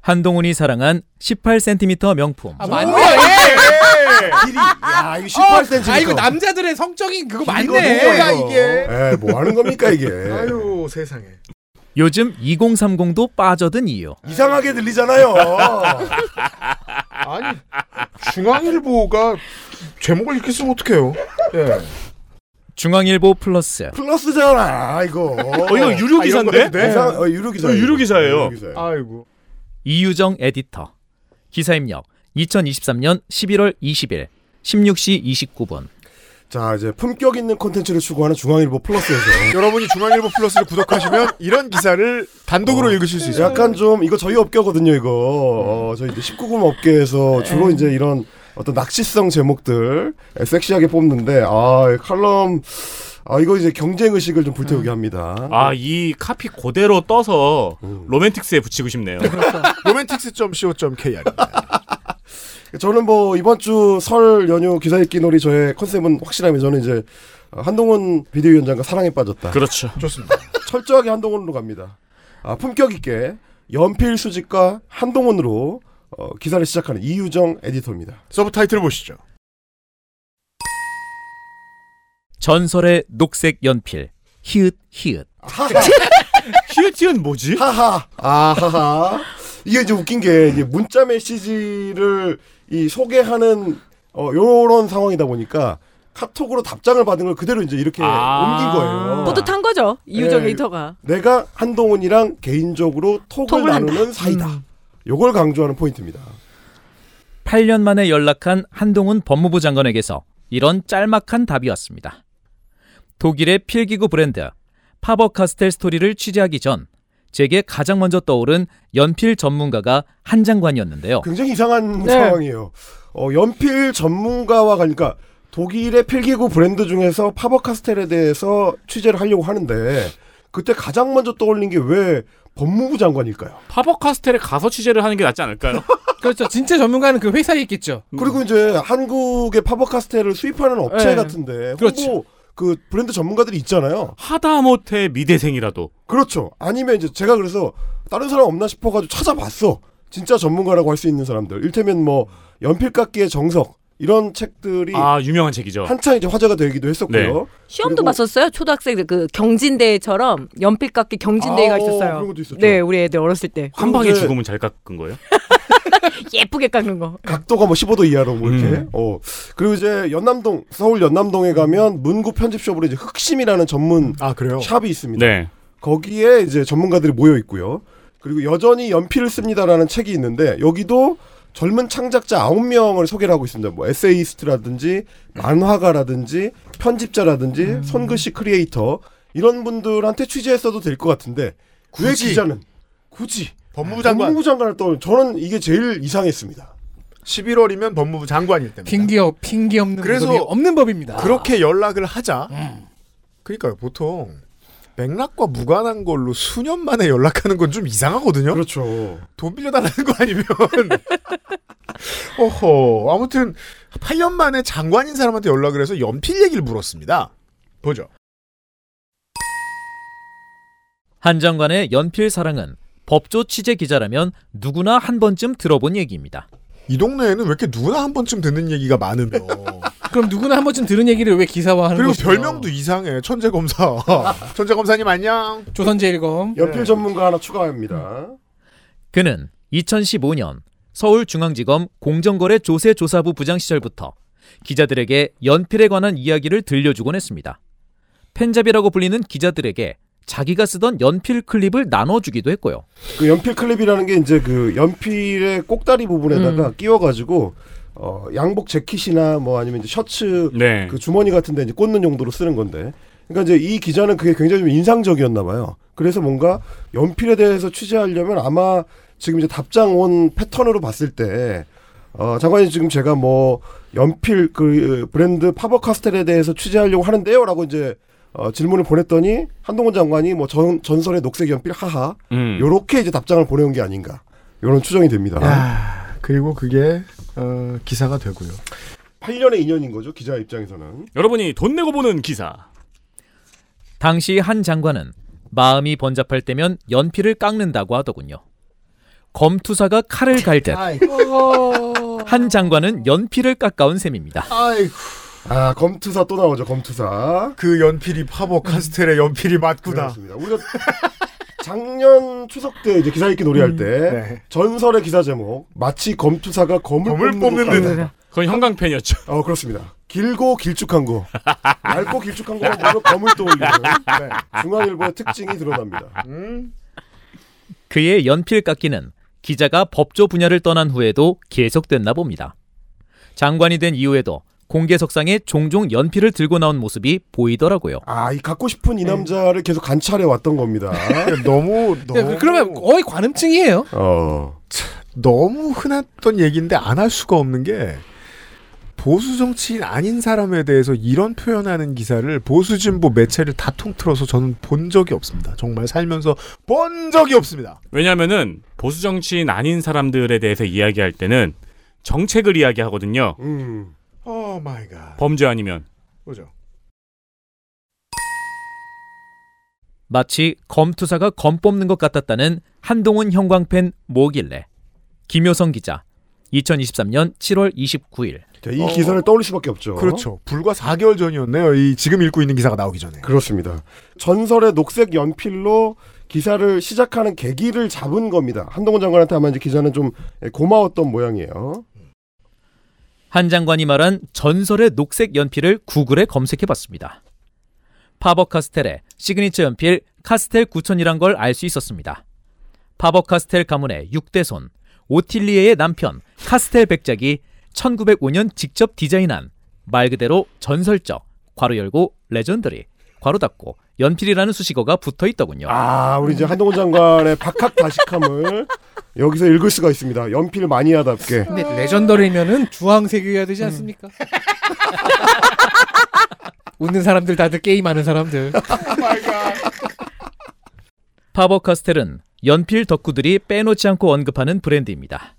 한동훈이 사랑한 18cm 명품. 아 맞네. 네. 길이. 야 이거 18cm. 아 이거 남자들의 성적인 그거 맞네. 뭐야, 이게. 에, 뭐 하는 겁니까 이게? 네. 아유 세상에. 요즘 2030도 빠져든 이유. 이상하게 들리잖아요. 아니 중앙일보가 제목을 이렇게 쓰면 어떡해요? 예. 중앙일보 플러스. 플러스잖아 이거. 어, 이거 유료 기사인데? 이상, 어, 유료 기사. 이거 유료 기사예요. 아이고. 이유정 에디터. 기사 입력 2023년 11월 20일 16시 29분. 자 이제 품격 있는 콘텐츠를 추구하는 중앙일보 플러스에서 여러분이 중앙일보 플러스를 구독하시면 이런 기사를 단독으로 읽으실 수 있어요. 약간 좀 이거 저희 업계거든요 이거 어, 저희 이제 19금 업계에서 네. 주로 이제 이런 어떤 낚시성 제목들 섹시하게 뽑는데 아이 칼럼 아 이거 이제 경쟁 의식을 좀 불태우게 합니다. 아 이 카피 그대로 떠서 로맨틱스에 붙이고 싶네요. 로맨틱스.co.kr 저는 뭐 이번 주 설 연휴 기사 읽기 놀이 저의 컨셉은 확실합니다. 저는 이제 한동훈 비대위원장과 사랑에 빠졌다. 그렇죠. 좋습니다. 철저하게 한동훈으로 갑니다. 아, 품격 있게 연필 수집과 한동훈으로 어, 기사를 시작하는 이유정 에디터입니다. 서브 타이틀 보시죠. 전설의 녹색 연필. 히읗 히읗. 아, 히읗히읗 뭐지? 하하. 아 하하. 이게 이제 웃긴 게 이게 문자 메시지를 이 소개하는 어 요런 상황이다 보니까 카톡으로 답장을 받은 걸 그대로 이제 이렇게 옮긴 거예요. 뿌듯한 거죠. 이유정 네. 에디터가. 내가 한동훈이랑 개인적으로 톡을, 톡을 한다. 음. 나누는 사이다. 요걸 강조하는 포인트입니다. 8년 만에 연락한 한동훈 법무부 장관에게서 이런 짤막한 답이 왔습니다. 독일의 필기구 브랜드 파버 카스텔 스토리를 취재하기 전 제게 가장 먼저 떠오른 연필 전문가가 한 장관이었는데요. 굉장히 이상한 네. 상황이에요. 어, 연필 전문가와 가니까 독일의 필기구 브랜드 중에서 파버카스텔에 대해서 취재를 하려고 하는데 그때 가장 먼저 떠올린 게 왜 법무부 장관일까요? 파버카스텔에 가서 취재를 하는 게 낫지 않을까요? 그렇죠. 진짜 전문가는 그 회사에 있겠죠. 그리고 이제 한국의 파버카스텔을 수입하는 업체 네. 같은데 그렇죠. 홍보 그 브랜드 전문가들이 있잖아요. 하다못해 미대생이라도 그렇죠. 아니면 이제 제가 그래서 다른 사람 없나 싶어가지고 찾아봤어. 진짜 전문가라고 할 수 있는 사람들. 일테면 뭐 연필깎이의 정석, 이런 책들이 아 유명한 책이죠. 한창 이제 화제가 되기도 했었고요. 시험도 봤었어요. 초등학생들 그 경진대회처럼 연필 깎기 경진대회가 아, 어, 있었어요. 그런 것도 있었죠. 네, 우리 애들 어렸을 때 한 방에 근데- 죽으면 잘 깎은 거예요? 예쁘게 깎는 거. 각도가 뭐 15도 이하로 뭐 이렇게. 음. 어. 그리고 이제 연남동 서울 연남동에 가면 문구 편집숍으로 이제 흑심이라는 전문 아 그래요. 샵이 있습니다. 네. 거기에 이제 전문가들이 모여 있고요. 그리고 여전히 연필을 씁니다라는 책이 있는데 여기도 젊은 창작자 9명을 소개를 하고 있습니다. 뭐 에세이스트라든지 만화가라든지 편집자라든지 음. 손글씨 크리에이터 이런 분들한테 취재했어도 될 것 같은데 왜 굳이? 기자는 굳이 아, 법무부 장관 법무부 장관을 떠 저는 이게 제일 이상했습니다. 11월이면 법무부 장관일 때입니다. 핑계 없 핑계 없는 그래서 법이 없는 법입니다. 그렇게 연락을 하자. 그러니까요. 보통 맥락과 무관한 걸로 수년 만에 연락하는 건 좀 이상하거든요. 그렇죠. 돈 빌려달라는 거 아니면. 어허. 아무튼 8년 만에 장관인 사람한테 연락을 해서 연필 얘기를 물었습니다. 보죠. 한 장관의 연필 사랑은 법조 취재 기자라면 누구나 한 번쯤 들어본 얘기입니다. 이 동네에는 왜 이렇게 누구나 한 번쯤 듣는 얘기가 많으며. 그럼 누구나 한 번쯤 들은 얘기를 왜 기사화하는 그리고 것이죠? 별명도 이상해. 천재 검사. 천재 검사님 안녕. 조선제 일검 네. 연필 전문가 하나 추가합니다. 그는 2015년 서울중앙지검 공정거래 조세 조사부 부장 시절부터 기자들에게 연필에 관한 이야기를 들려주곤 했습니다. 펜잡이라고 불리는 기자들에게 자기가 쓰던 연필 클립을 나눠주기도 했고요. 그 연필 클립이라는 게 이제 그 연필의 꼭다리 부분에다가 끼워가지고 어, 양복 재킷이나 뭐 아니면 이제 셔츠 네. 그 주머니 같은데 이제 꽂는 용도로 쓰는 건데. 그러니까 이제 이 기자는 그게 굉장히 좀 인상적이었나 봐요. 그래서 뭔가 연필에 대해서 취재하려면 아마 지금 이제 답장 온 패턴으로 봤을 때 어, 장관님 지금 제가 뭐 연필 그 브랜드 파버카스텔에 대해서 취재하려고 하는데요라고 이제 어, 질문을 보냈더니 한동훈 장관이 뭐 전, 전설의 녹색 연필 하하 음. 요렇게 이제 답장을 보내온 게 아닌가 요런 추정이 됩니다. 그리고 그게 어, 기사가 되고요. 8년의 인연인 거죠 기자 입장에서는. 여러분이 돈 내고 보는 기사. 당시 한 장관은 마음이 번잡할 때면 연필을 깎는다고 하더군요. 검투사가 칼을 갈 듯 한 아이고. 장관은 연필을 깎아온 셈입니다. 아이고. 아 검투사 또 나오죠 검투사. 그 연필이 파버 카스텔의 연필이 맞구나. 그렇습니다. 우리가 작년 추석 때 이제 기사 읽기 놀이할 때 네. 전설의 기사 제목 마치 검투사가 검을, 검을 뽑는 듯. 듯. 그건 형광펜이었죠. 어 그렇습니다. 길고 길쭉한 거, 얇고 길쭉한 거만 보면 검을 떠올리는 네. 중앙일보의 특징이 드러납니다. 음. 그의 연필 깎기는 기자가 법조 분야를 떠난 후에도 계속됐나 봅니다. 장관이 된 이후에도 공개석상에 종종 연필을 들고 나온 모습이 보이더라고요. 아 이 갖고 싶은 이 네. 남자를 계속 관찰해 왔던 겁니다. 너무 네, 너무 그러면 거의 관음증이에요. 어 너무 흔했던 얘기인데 안 할 수가 없는 게 보수 정치인 아닌 사람에 대해서 이런 표현하는 기사를 보수 진보 매체를 다 통틀어서 저는 본 적이 없습니다. 정말 살면서 본 적이 없습니다. 왜냐면은 보수 정치인 아닌 사람들에 대해서 이야기할 때는 정책을 이야기하거든요. 음. 오 마이 갓. 범죄 아니면 보죠. 마치 검투사가 검 뽑는 것 같았다는 한동훈 형광펜 뭐길래 김효성 기자 2023년 7월 29일 자, 이 기사를 떠올릴 수밖에 없죠. 어. 그렇죠. 불과 4개월 전이었네요. 이 지금 읽고 있는 기사가 나오기 전에. 그렇습니다. 전설의 녹색 연필로 기사를 시작하는 계기를 잡은 겁니다. 한동훈 장관한테 아마 이제 기자는 좀 예, 고마웠던 모양이에요. 한 장관이 말한 전설의 녹색 연필을 구글에 검색해봤습니다. 파버 카스텔의 시그니처 연필 카스텔 9000이란 걸 알 수 있었습니다. 파버 카스텔 가문의 6대손 오틸리에의 남편 카스텔 백작이 1905년 직접 디자인한 말 그대로 전설적 괄호 열고 레전더리 괄호 닫고 연필이라는 수식어가 붙어 있더군요. 아, 우리 이제 한동훈 장관의 박학 다식함을 여기서 읽을 수가 있습니다. 연필 마니아답게. 네. 근데 레전더리면은 주황색이어야 음. 되지 않습니까? 웃는 사람들 다들 게임 하는 사람들. 파버 카스텔은 연필 덕후들이 빼놓지 않고 언급하는 브랜드입니다.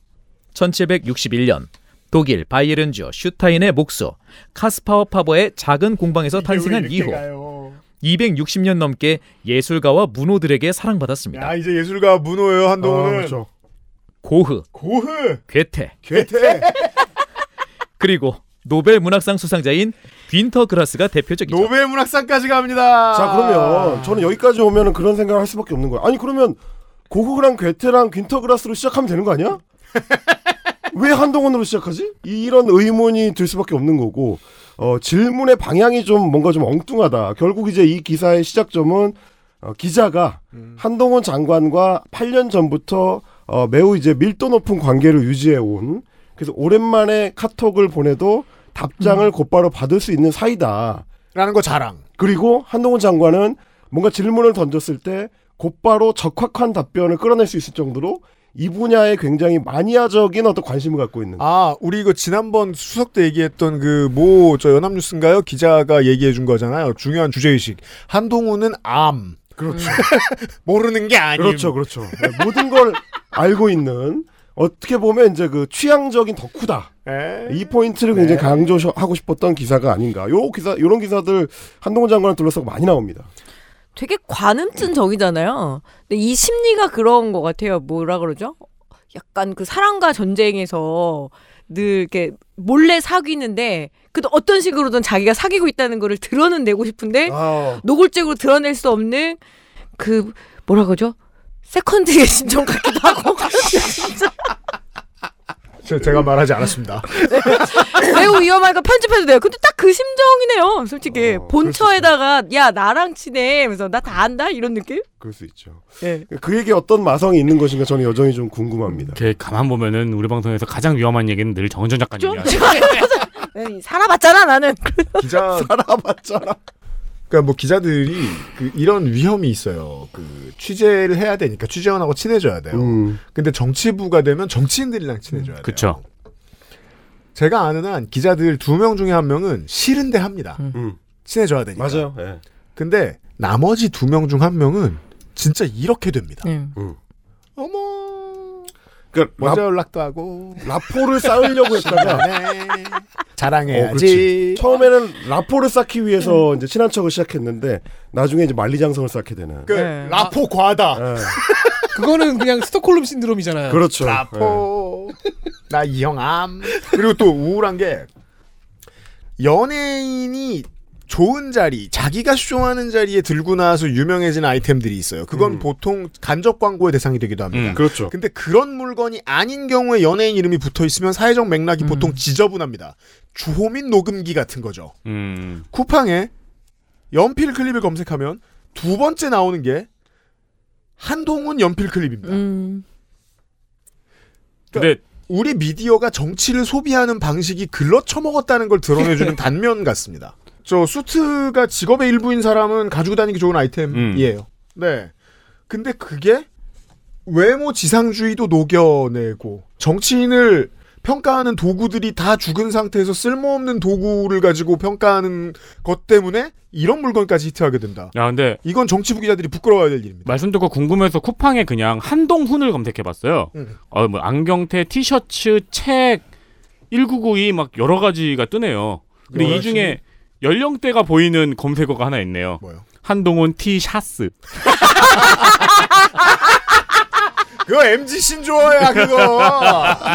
1761년 독일 바이에른주 슈타인의 목수 카스파워 파버의 작은 공방에서 탄생한 이후 260년 넘게 예술가와 문호들에게 사랑받았습니다. 야 이제 예술가 문호예요 한동훈은. 아, 그렇죠. 고흐, 고흐 괴테, 괴테 그리고 노벨 문학상 수상자인 빈터 그라스가 대표적이죠. 노벨 문학상까지 갑니다. 자 그러면 저는 여기까지 오면은 그런 생각을 할 수밖에 없는 거예요. 아니 그러면 고흐랑 괴테랑 귄터그라스로 시작하면 되는 거 아니야? 왜 한동훈으로 시작하지? 이- 이런 의문이 들 수밖에 없는 거고 어, 질문의 방향이 좀 뭔가 좀 엉뚱하다. 결국 이제 이 기사의 시작점은 어, 기자가 한동훈 장관과 8년 전부터 어, 매우 이제 밀도 높은 관계를 유지해 온 그래서 오랜만에 카톡을 보내도 답장을 곧바로 받을 수 있는 사이다. 라는 거 자랑. 그리고 한동훈 장관은 뭔가 질문을 던졌을 때 곧바로 적확한 답변을 끌어낼 수 있을 정도로 이 분야에 굉장히 마니아적인 어떤 관심을 갖고 있는 아, 우리 이거 지난번 수석 때 얘기했던 그 뭐 저 연합뉴스인가요? 기자가 얘기해 준 거잖아요. 중요한 주제 의식. 한동훈은 암. 그렇죠. 모르는 게 아님. 그렇죠, 그렇죠. 네, 모든 걸 알고 있는 어떻게 보면 이제 그 취향적인 덕후다. 에? 이 포인트를 굉장히 강조하고 싶었던 기사가 아닌가. 요 기사, 요런 기사들 한동훈 장관을 둘러싸고 많이 나옵니다. 되게 관음증 적이잖아요. 근데 이 심리가 그런 것 같아요. 뭐라 그러죠? 약간 그 사랑과 전쟁에서 늘 이렇게 몰래 사귀는데 그 어떤 식으로든 자기가 사귀고 있다는 거를 드러는 내고 네? 싶은데 아. 아, 노골적으로 드러낼 수 없는 그 뭐라 그러죠? 세컨드의 심정 같기도 하고 진짜 제- 제가 말하지 않았습니다. 매우 위험하니까 편집해도 돼요. 근데 딱 그 심정이네요. 솔직히 본처에다가 야 나랑 친해, 그래서 나 다 안다 이런 느낌? 그럴 수 있죠. 예. 그러니까 그에게 어떤 마성이 있는 것인가 저는 여전히 좀 궁금합니다. 이렇게 가만 보면은 우리 방송에서 가장 위험한 얘기는 늘 정은전 좀 작가님이야. 네, 살아봤잖아 나는. 기자 음. 살아봤잖아. 그러니까 뭐 기자들이 그 이런 위험이 있어요. 그 취재를 해야 되니까 취재원하고 친해져야 돼요. 음. 근데 정치부가 되면 정치인들이랑 친해져야 돼요. 그쵸. 제가 아는 한 기자들 두 명 중에 한 명은 싫은데 합니다. 음. 친해져야 되니까. 맞아요. 예. 근데 나머지 두 명 중 한 명은 진짜 이렇게 됩니다. 네. 음. 어머. 그러니까 먼저 라, 연락도 하고 라포를 쌓으려고 했다가 네. 어, 그렇지. 자랑해야지. 처음에는 라포를 쌓기 위해서 이제 친한 척을 시작했는데 나중에 이제 만리장성을 쌓게 되는. 그 라포 과다. 예. 그거는 그냥 스톡홀름 신드롬이잖아요. 그렇죠. 라포. 네. 나 이 형 암. 그리고 또 우울한 게 연예인이 좋은 자리, 자기가 수종하는 자리에 들고 나와서 유명해진 아이템들이 있어요. 그건 음. 보통 간접 광고의 대상이 되기도 합니다. 예. 그렇죠. 근데 그런 물건이 아닌 경우에 연예인 이름이 붙어 있으면 사회적 맥락이 음. 보통 지저분합니다. 주호민 녹음기 같은 거죠. 음. 쿠팡에 연필 클립을 검색하면 두 번째 나오는 게 한동훈 연필 클립입니다. 음. 근데 우리 미디어가 정치를 소비하는 방식이 글러 처먹었다는 걸 드러내주는 단면 같습니다. 저 수트가 직업의 일부인 사람은 가지고 다니기 좋은 음. 아이템이에요. 네. 근데 그게 외모 지상주의도 녹여내고 정치인을 평가하는 도구들이 다 죽은 상태에서 쓸모없는 도구를 가지고 평가하는 것 때문에 이런 물건까지 히트하게 된다. 야 아, 근데 이건 정치부 기자들이 부끄러워야 될 일입니다. 말씀 듣고 궁금해서 쿠팡에 그냥 한동훈을 검색해봤어요. 음. 어, 뭐 안경테, 티셔츠, 책, 1992 막 여러 가지가 뜨네요. 근데 이 열심히. 중에 연령대가 보이는 검색어가 하나 있네요. 뭐요? 한동훈 티샤스. 그거 MG 신조어야 그거.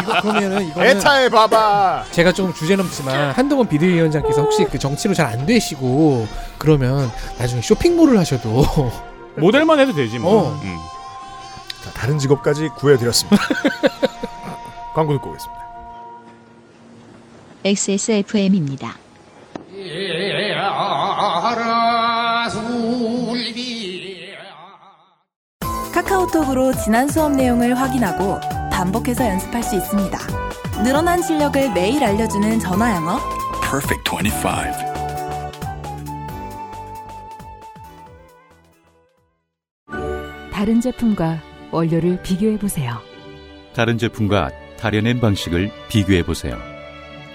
이거 그러면은 이거는 애타해 봐봐. 제가 조금 주제 넘지만 한동훈 비대위원장께서 혹시 그 정치로 잘 안 되시고 그러면 나중에 쇼핑몰을 하셔도 모델만 해도 되지 뭐. 어. 음. 자, 다른 직업까지 구해드렸습니다. 광고 듣고 오겠습니다. XSFM입니다. 카카오톡으로 지난 수업 내용을 확인하고 반복해서 연습할 수 있습니다. 늘어난 실력을 매일 알려주는 전화 영어. Perfect 25. 다른 제품과 원료를 비교해 보세요. 다른 제품과 다려낸 방식을 비교해 보세요.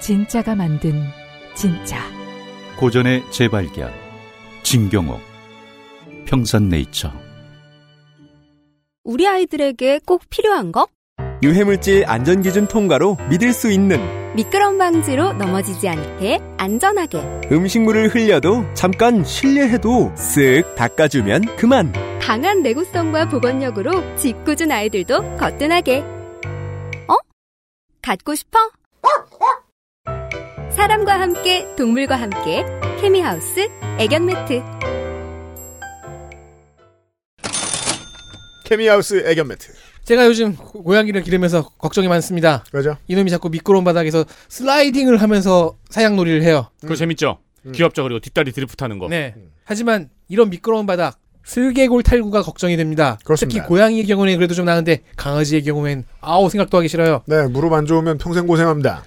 진짜가 만든 진짜. 고전의 재발견. 진경옥. 평산네이처. 우리 아이들에게 꼭 필요한 것? 유해물질 안전기준 통과로 믿을 수 있는 미끄럼 방지로 넘어지지 않게 안전하게 음식물을 흘려도 잠깐 실례해도 쓱 닦아주면 그만. 강한 내구성과 보건력으로 짓궂은 아이들도 거뜬하게 어? 갖고 싶어? 사람과 함께 동물과 함께 케미하우스 애견 매트 케미하우스 애견 매트. 제가 요즘 고- 고양이를 기르면서 걱정이 많습니다. 그죠? 이놈이 자꾸 미끄러운 바닥에서 슬라이딩을 하면서 사양놀이를 해요. 그거 재밌죠? 귀엽죠? 그리고 뒷다리 드리프트하는 거. 네. 하지만 이런 미끄러운 바닥 슬개골 탈구가 걱정이 됩니다. 특히 고양이의 경우는 그래도 좀 나은데 강아지의 경우엔 아우 생각도 하기 싫어요. 네, 무릎 안 좋으면 평생 고생합니다.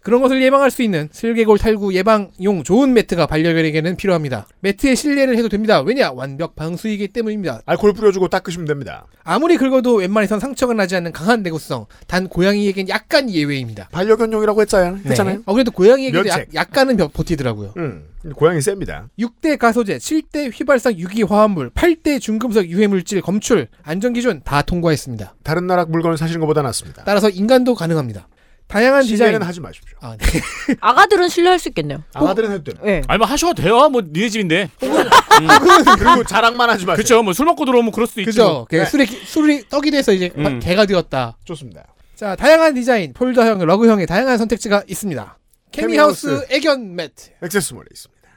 그런 것을 예방할 수 있는 슬개골 탈구 예방용 좋은 매트가 반려견에게는 필요합니다. 매트에 실내를 해도 됩니다. 왜냐? 완벽 방수이기 때문입니다. 알코올 뿌려주고 닦으시면 됩니다. 아무리 긁어도 웬만해선 상처가 나지 않는 강한 내구성. 단 고양이에겐 약간 예외입니다. 반려견용이라고 했잖아요. 했잖아요. 어, 그래도 고양이에게도 면책. 약, 약간은 벼- 버티더라고요. 음, 고양이 셉니다. 6대 가소제, 7대 휘발성 유기화합물, 8대 중금속 유해물질 검출, 안전기준 다 통과했습니다. 다른 나라 물건을 사시는 것보다 낫습니다. 따라서 인간도 가능합니다. 다양한 실내는 디자인. 하지 마십시오. 아, 아가들은 신뢰할 수 있겠네요. 아가들은 해도 됩니다. 예. 네. 아니 뭐 하셔도 돼요. 뭐 니네 집인데. 음, 그리고 자랑만 하지 마세요. 그쵸. 뭐 술 먹고 들어오면 그럴 수도 있죠. 그죠? 걔 술이, 술이 떡이 돼서 이제 음. 개가 되었다. 좋습니다. 자, 다양한 디자인, 폴더형, 러그형의 다양한 선택지가 있습니다. 케미하우스 애견 매트. 액세스몰에 있습니다.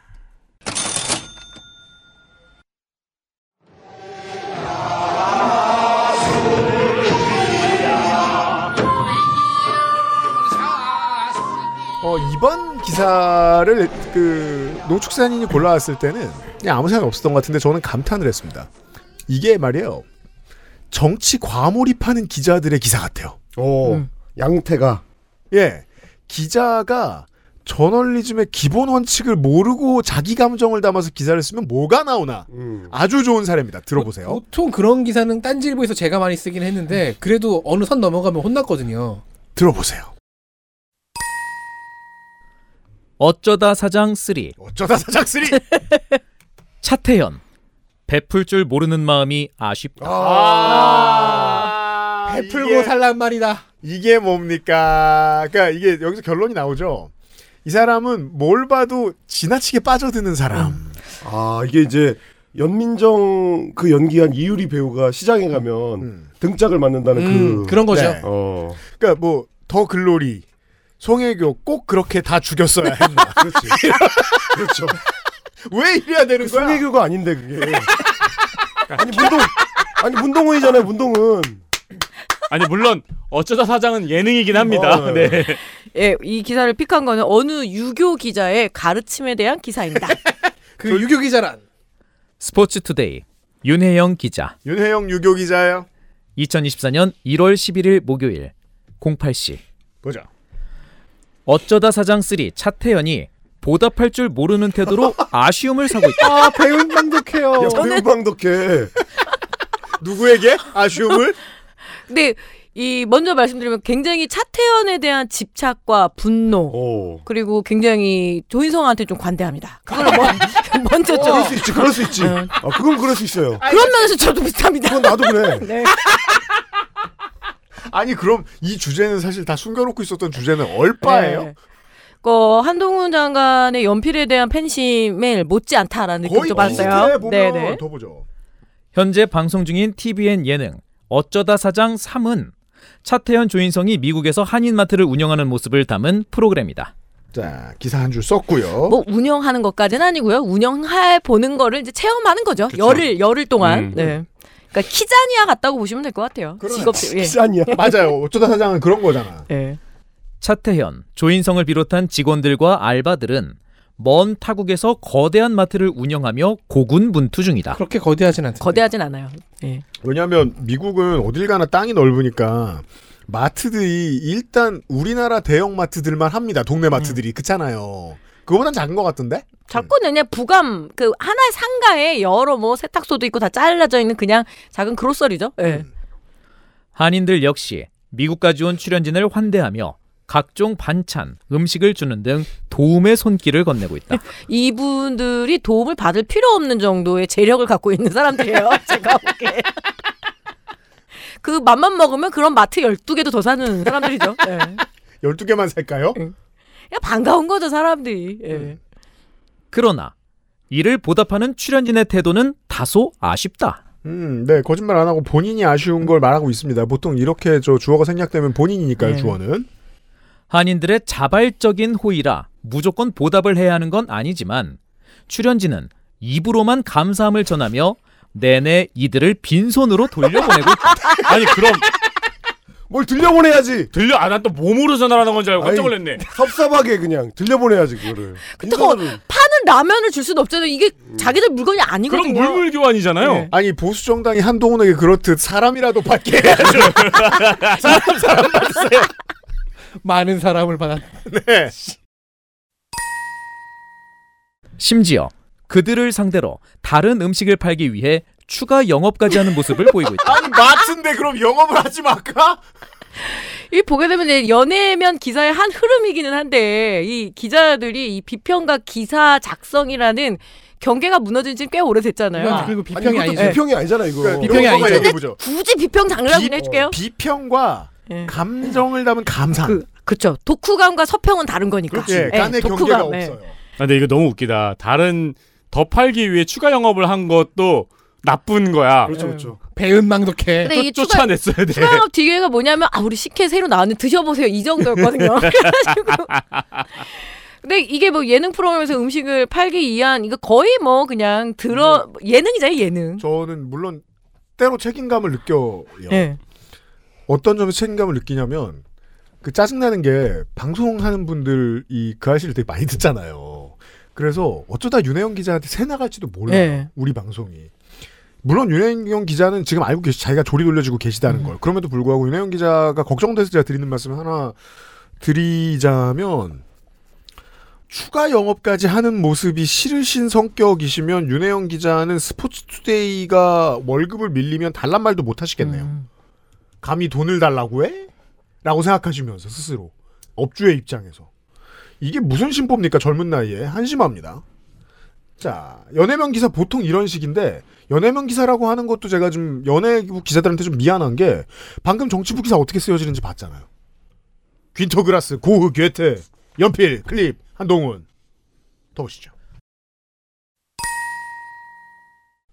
어, 이번 기사를 그 농축산인이 골라왔을 때는 그냥 아무 생각 없었던 것 같은데 저는 감탄을 했습니다. 이게 말이에요. 정치 과몰입하는 기자들의 기사 같아요. 오, 어, 양태가. 예. 기자가 저널리즘의 기본 원칙을 모르고 자기 감정을 담아서 기사를 쓰면 뭐가 나오나. 아주 좋은 사례입니다. 들어보세요. 보통 그런 기사는 딴지일보에서 제가 많이 쓰긴 했는데, 그래도 어느 선 넘어가면 혼났거든요. 들어보세요. 어쩌다 사장 3. 어쩌다 사장 3. 차태현. 베풀 줄 모르는 마음이 아쉽다. 아, 아, 베풀고 살란 말이다. 이게 뭡니까? 그러니까 이게 여기서 결론이 나오죠. 이 사람은 뭘 봐도 지나치게 빠져드는 사람. 아 이게 이제 연민정 그 연기한 이유리 배우가 시장에 가면 등짝을 맞는다는 음, 그 그런 거죠. 네. 어. 그러니까 뭐 더 글로리, 송혜교 꼭 그렇게 다 죽였어야 했나. 그렇지. 그렇죠. 왜 이래야 되는 거야? 송혜교가 그 아닌데 그게. 아니 문동 아니 문동은이잖아요. 문동은. 아니 물론 어쩌다 사장은 예능이긴 합니다. 어, 네. 예, 이 기사를 픽한 거는 어느 유교 기자의 가르침에 대한 기사입니다. 그 유교 기자란 스포츠 투데이. 윤혜영 기자. 윤혜영 유교 기자예요. 2024년 1월 11일 목요일 08시. 보자. 어쩌다 사장 3 차태현이 보답할 줄 모르는 태도로 아쉬움을 사고 있다. 아 배운 방독해요. 배운 방독해. 누구에게 아쉬움을? 근데 이 먼저 말씀드리면 굉장히 차태현에 대한 집착과 분노 어. 어. 그리고 굉장히 조인성한테 좀 관대합니다. 그걸 먼- 먼저 좀 그럴 수 있지. 그럴 수 있지. 어. 아 그건 그럴 수 있어요. 그런 면에서 저도 비슷합니다. 그건 나도 그래. 네. 아니 그럼 이 주제는 사실 다 숨겨놓고 있었던 주제는 얼빠예요. 네. 그 한동훈 장관의 연필에 대한 팬심을 못지않다라는 거의 느낌도 비슷해 받았어요. 네, 보면 더 보죠. 현재 방송 중인 TVN 예능 어쩌다 사장 3은 차태현 조인성이 미국에서 한인마트를 운영하는 모습을 담은 프로그램이다. 자 기사 한 줄 썼고요. 뭐 운영하는 것까지는 아니고요. 운영해 보는 거를 이제 체험하는 거죠. 열흘 열흘 동안. 음. 네. 그러니까 키자니아 같다고 보시면 될 것 같아요. 직업 네. 예. 맞아요. 어쩌다 사장은 그런 거잖아. 차태현, 조인성을 비롯한 직원들과 알바들은 먼 타국에서 거대한 마트를 운영하며 고군분투 중이다. 그렇게 거대하진 않다. 거대하진 않아요. 예. 왜냐하면 미국은 어딜 가나 땅이 넓으니까 마트들이 일단 우리나라 대형 마트들만 합니다. 동네 마트들이 그렇잖아요. 그거보단 작은 것 같던데? 자꾸 그냥 부감 그 하나의 상가에 여러 뭐 세탁소도 있고 다 잘라져 있는 그냥 작은 그로서리죠. 예. 한인들 역시 미국까지 온 출연진을 환대하며 각종 반찬, 음식을 주는 등 도움의 손길을 건네고 있다. 이분들이 도움을 받을 필요 없는 정도의 재력을 갖고 있는 사람들이에요. 제가 보기에. 그 맘만 먹으면 그런 마트 12개도 더 사는 사람들이죠. 예. 12개만 살까요? 그냥 반가운 거죠, 사람들이. 예. 그러나 이를 보답하는 출연진의 태도는 다소 아쉽다. 음, 네 거짓말 안 하고 본인이 아쉬운 걸 말하고 있습니다. 보통 이렇게 저 주어가 생략되면 본인이니까요 네. 주어는. 한인들의 자발적인 호의라 무조건 보답을 해야 하는 건 아니지만 출연진은 입으로만 감사함을 전하며 내내 이들을 빈손으로 돌려보내고 있다. 아니 그럼 뭘 들려보내야지. 들려 아 난 또 몸으로 전화하는 건 줄 알고 깜짝 놀랐네. 섭섭하게 그냥 들려보내야지 그거를. 그거 파는 라면을 줄 수는 없잖아요. 이게 음. 자기들 물건이 아니거든요. 교환이잖아요. 네. 아니 보수 정당이 한동훈에게 그렇듯 사람이라도 받게 해야죠. 사람 사람 받으세요. 많은 사람을 받았. 네. 심지어 그들을 상대로 다른 음식을 팔기 위해 추가 영업까지 하는 모습을 보이고 있다. 아니 마트인데 그럼 영업을 하지 말까? 이 보게 되면 이제 연예면 기사의 한 흐름이기는 한데 이 기자들이 이 비평과 기사 작성이라는 경계가 무너진 지꽤 오래됐잖아요. 그리고 비평이 아니, 아니죠. 이것도 비평이 아니잖아 이거. 그러니까 비평이 이런 거만 아니죠. 얘기해보죠. 굳이 비평 장르라고 어, 해줄게요. 예. 비평과 감정을 담은 감상. 그, 그쵸. 독후감과 서평은 다른 거니까. 그렇지. 예, 간의 독후감, 경계가 예. 없어요. 아, 근데 이거 너무 웃기다. 다른 더 팔기 위해 추가 영업을 한 것도 나쁜 거야. 그렇죠, 그렇죠. 배은망덕해. 근데 이게 쫓- 추가- 쫓아냈어야 돼. 추가영업 뒤에가 뭐냐면 아 우리 식혜 새로 나왔는데 드셔보세요 이 정도였거든요. 그래가지고 근데 이게 뭐 예능 프로그램에서 음식을 팔기 위한 이거 거의 뭐 그냥 들어 예능이잖아요 예능. 저는 물론 때로 책임감을 느껴요. 예. 어떤 점에서 책임감을 느끼냐면 그 짜증나는 게 방송하는 분들이 그 아이씨를 되게 많이 듣잖아요. 그래서 어쩌다 윤혜영 기자한테 새 나갈지도 몰라요. 예. 우리 방송이. 물론 윤혜영 기자는 지금 알고 계시 자기가 조리 돌려주고 계시다는 걸. 그럼에도 불구하고 윤혜영 기자가 걱정돼서 제가 드리는 말씀 하나 드리자면 추가 영업까지 하는 모습이 싫으신 성격이시면 윤혜영 기자는 스포츠투데이가 월급을 밀리면 달란 말도 못 하시겠네요. 감히 돈을 달라고 해? 라고 생각하시면서 스스로 업주의 입장에서 이게 무슨 심보입니까 젊은 나이에 한심합니다. 자 연예명 기사 보통 이런 식인데 연예명 기사라고 하는 것도 제가 좀 연예부 기자들한테 좀 미안한 게 방금 정치부 기사 어떻게 쓰여지는지 봤잖아요. 귄터그라스, 고흐, 괴테, 연필, 클립, 한동훈 더 보시죠.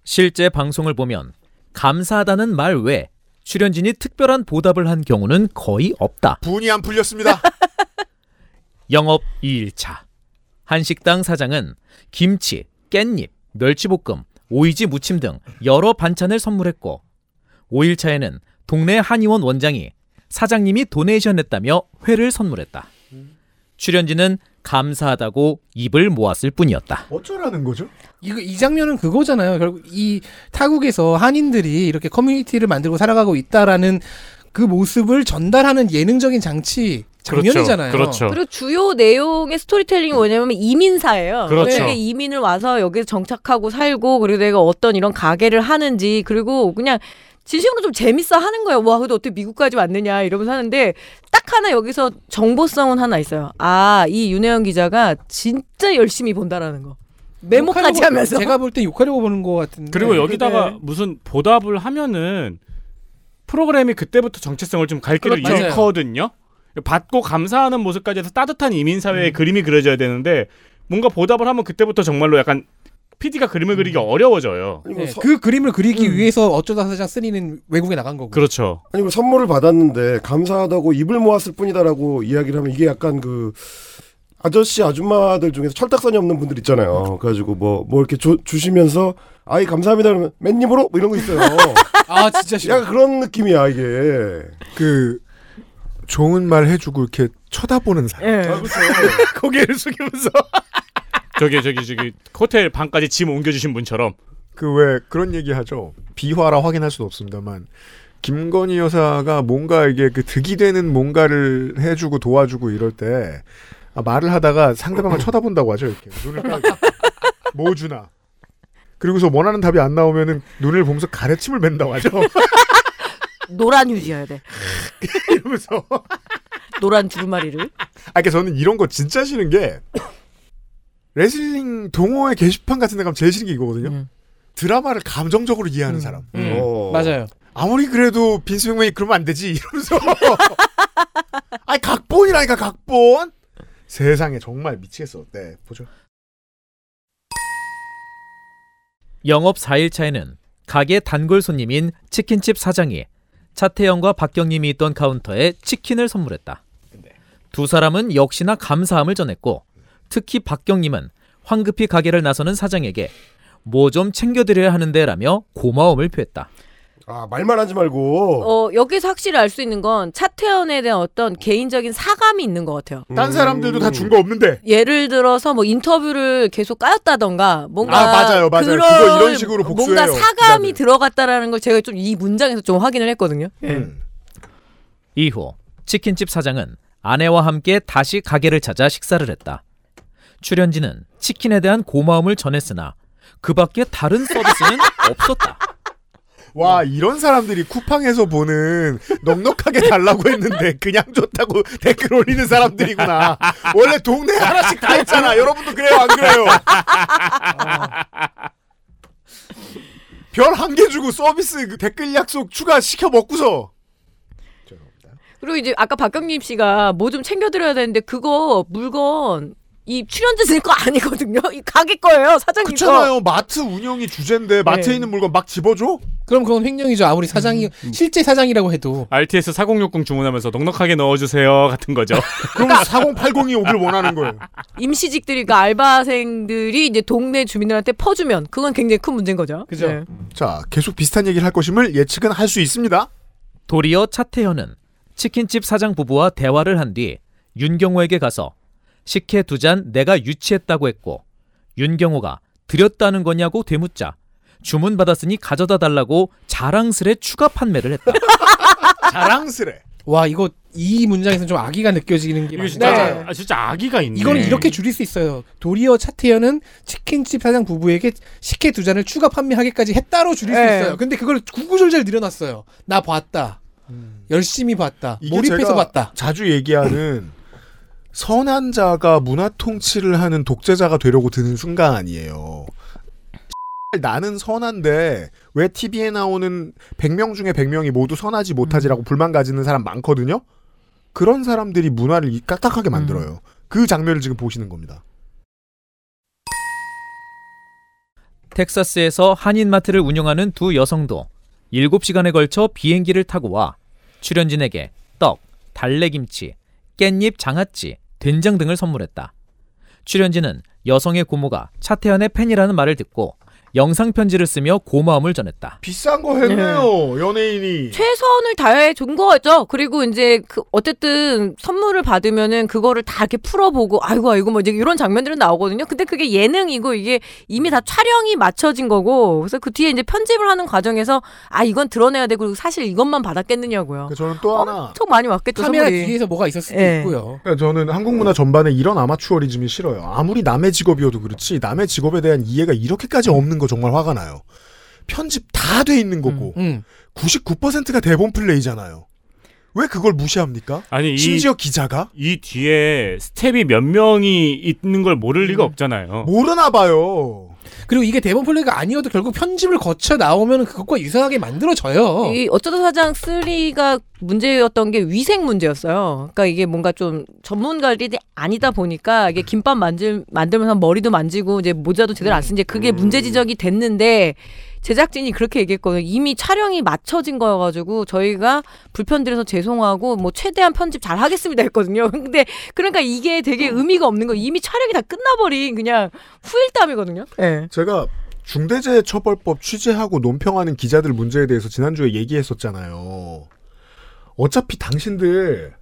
실제 방송을 보면 감사하다는 말 외 출연진이 특별한 보답을 한 경우는 거의 없다. 분이 안 풀렸습니다. 영업 2일차. 한식당 사장은 김치, 깻잎, 멸치볶음, 오이지 무침 등 여러 반찬을 선물했고 5일차에는 동네 한의원 원장이 사장님이 도네이션했다며 회를 선물했다. 출연진은 감사하다고 입을 모았을 뿐이었다. 어쩌라는 거죠? 이거 이 장면은 그거잖아요. 결국 이 타국에서 한인들이 이렇게 커뮤니티를 만들고 살아가고 있다라는 그 모습을 전달하는 예능적인 장치 장면이잖아요. 그렇죠. 그리고 주요 내용의 스토리텔링이 뭐냐면 이민사예요. 그렇죠. 어떻게 이민을 와서 여기서 정착하고 살고 그리고 내가 어떤 이런 가게를 하는지 그리고 그냥 진심으로 좀 재밌어 하는 거예요. 와, 근데 어떻게 미국까지 왔느냐 이러면서 하는데 딱 하나 여기서 정보성은 하나 있어요. 아, 이 윤혜영 기자가 진짜 열심히 본다라는 거. 메모까지 욕하려고- 하면서. 제가 볼 때 욕하려고 보는 것 같은데. 그리고 여기다가 네. 무슨 보답을 하면은 프로그램이 그때부터 정체성을 좀 갈기를 그렇죠. 잃거든요. 받고 감사하는 모습까지 해서 따뜻한 이민 사회의 그림이 그려져야 되는데 뭔가 보답을 하면 그때부터 정말로 약간 PD가 그림을 그리기 어려워져요. 네, 그 그림을 그리기 위해서 어쩌다 사장 쓰리는 외국에 나간 거고. 그렇죠. 아니 고 선물을 받았는데 감사하다고 입을 모았을 뿐이다라고 이야기를 하면 이게 약간 그 아저씨 아줌마들 중에서 철딱선이 없는 분들 있잖아요. 그래가지고 뭐 뭐 이렇게 주, 주시면서 아이 감사합니다 그러면 맨 입으로 뭐 이런 거 있어요. 아 진짜 약간 그런 느낌이야 이게. 그 좋은 말 해주고 이렇게 쳐다보는 사람. 네. 예. 아, 고개를 숙이면서 저기 저기 저기 호텔 방까지 짐 옮겨주신 분처럼 그 왜 그런 얘기 하죠. 비화라 확인할 수는 없습니다만 김건희 여사가 뭔가 이게 그 득이 되는 뭔가를 해주고 도와주고 이럴 때 아, 말을 하다가 상대방을 쳐다본다고 하죠 이렇게 눈을 깔고 뭐 주나 그리고서 원하는 답이 안 나오면은 눈을 보면서 가래침을 뱉는다고 하죠 노란 휴지여야 돼. 이러면서 노란 두루마리를. 아, 그러니까 저는 이런 거 진짜 싫은 게 레슬링 동호회 게시판 같은 데 가면 제일 싫은 게 이거거든요. 드라마를 감정적으로 이해하는 사람. 음, 어. 맞아요. 아무리 그래도 빈스 맥맨이 그러면 안 되지 이러면서. 아니 각본이라니까 각본. 세상에 정말 미치겠어. 네, 보죠. 영업 4일차에는 가게 단골 손님인 치킨집 사장이 차태영과 박경님이 있던 카운터에 치킨을 선물했다. 두 사람은 역시나 감사함을 전했고 특히 박경님은 황급히 가게를 나서는 사장에게 뭐 좀 챙겨드려야 하는데라며 고마움을 표했다. 아 말만 하지 뭐. 말고 어, 여기서 확실히 알 수 있는 건 차태현에 대한 어떤 개인적인 사감이 있는 것 같아요. 딴 사람들도 다 준 거 없는데. 예를 들어서 뭐 인터뷰를 계속 까였다던가 뭔가 아, 맞아요, 맞아요. 그런 그거 이런 식으로 복수해요, 뭔가 사감이 들어갔다라는 걸 제가 좀 이 문장에서 좀 확인을 했거든요. 이후 치킨집 사장은 아내와 함께 다시 가게를 찾아 식사를 했다. 출연진은 치킨에 대한 고마움을 전했으나 그 밖에 다른 서비스는 없었다. 와 이런 사람들이 쿠팡에서 보는 넉넉하게 달라고 했는데 그냥 줬다고 댓글 올리는 사람들이구나. 원래 동네 에 하나씩 다 있잖아. 여러분도 그래요 안 그래요? 아. 별 한 개 주고 서비스 그 댓글 약속 추가 시켜 먹고서 그리고 이제 아까 박경림 씨가 뭐 좀 챙겨드려야 되는데 그거 물건 이 출연진들 거 아니거든요. 이 가게 거예요, 그러니까 사장님 거. 그렇잖아요. 마트 운영이 주제인데 마트에 네. 있는 물건 막 집어줘? 그럼 그건 횡령이죠. 아무리 사장이 실제 사장이라고 해도 RTS 4060 주문하면서 넉넉하게 넣어주세요 같은 거죠. 그러면 4080이 오길 원하는 거예요. 임시직들이 그 알바생들이 이제 동네 주민들한테 퍼주면 그건 굉장히 큰 문제인 거죠. 네. 그죠. 자 계속 비슷한 얘기를 할 것임을 예측은 할 수 있습니다. 도리어 차태현은 치킨집 사장 부부와 대화를 한 뒤 윤경호에게 가서 식혜 두 잔 내가 유치했다고 했고 윤경호가 드렸다는 거냐고 되묻자 주문 받았으니 가져다 달라고 자랑스레 추가 판매를 했다. 자랑스레. 와 이거 이 문장에서 좀 아기가 느껴지는 게 이거 많아요. 진짜 아, 진짜 아기가 있네. 이거는 이렇게 줄일 수 있어요. 도리어 차태현은 치킨집 사장 부부에게 식혜 두 잔을 추가 판매하기까지 했다로 줄일 수 네. 있어요. 근데 그걸 구구절절 늘어놨어요. 나 봤다. 열심히 봤다. 이게 몰입해서 제가 봤다. 자주 얘기하는 선한 자가 문화 통치를 하는 독재자가 되려고 드는 순간이에요. 나는 선한데 왜 TV에 나오는 100명 중에 100명이 모두 선하지 못하지라고 불만 가지는 사람 많거든요. 그런 사람들이 문화를 이- 까딱하게 만들어요. 그 장면을 지금 보시는 겁니다. 텍사스에서 한인마트를 운영하는 두 여성도 7시간에 걸쳐 비행기를 타고 와 출연진에게 떡, 달래김치, 깻잎 장아찌, 된장 등을 선물했다. 출연진은 여성의 고모가 차태현의 팬이라는 말을 듣고 영상 편지를 쓰며 고마움을 전했다. 비싼 거 했네요. 연예인이. 최선을 다해 준 거죠. 그리고 이제 그 어쨌든 선물을 받으면은 그거를 다 이렇게 풀어보고 아이고 아이고 뭐 이제 이런 장면들은 나오거든요. 근데 그게 예능이고 이게 이미 다 촬영이 맞춰진 거고 그래서 그 뒤에 이제 편집을 하는 과정에서 아 이건 드러내야 되고 그리고 사실 이것만 받았겠느냐고요. 그 저는 또 하나 엄청 많이 왔겠죠. 그 카메라 선물이. 뒤에서 뭐가 있었을 수도 예. 있고요. 그러니까 아, 저는 한국 문화 전반에 이런 아마추어리즘이 싫어요. 아무리 남의 직업이어도 그렇지 남의 직업에 대한 이해가 이렇게까지 없는 거 정말 화가 나요. 편집 다 돼 있는 거고 음. 99%가 대본 플레이잖아요. 왜 그걸 무시합니까? 아니, 이- 심지어 기자가 이 뒤에 스텝이 몇 명이 있는 걸 모를 리가 없잖아요. 모르나 봐요. 그리고 이게 대본 플레이가 아니어도 결국 편집을 거쳐 나오면 그것과 유사하게 만들어져요. 이 어쩌다 사장 3가 문제였던 게 위생 문제였어요. 그러니까 이게 뭔가 좀 전문가들이 아니다 보니까 이게 김밥 만들 만들면서 머리도 만지고 이제 모자도 제대로 안 쓰는데 그게 문제 지적이 됐는데 제작진이 그렇게 얘기했거든요. 이미 촬영이 맞춰진 거여가지고 저희가 불편드려서 죄송하고 뭐 최대한 편집 잘 하겠습니다 했거든요. 근데 그러니까 이게 되게 의미가 없는 거 이미 촬영이 다 끝나버린 그냥 후일담이거든요. 제가 중대재해처벌법 취재하고 논평하는 기자들 문제에 대해서 지난주에 얘기했었잖아요. 어차피 당신들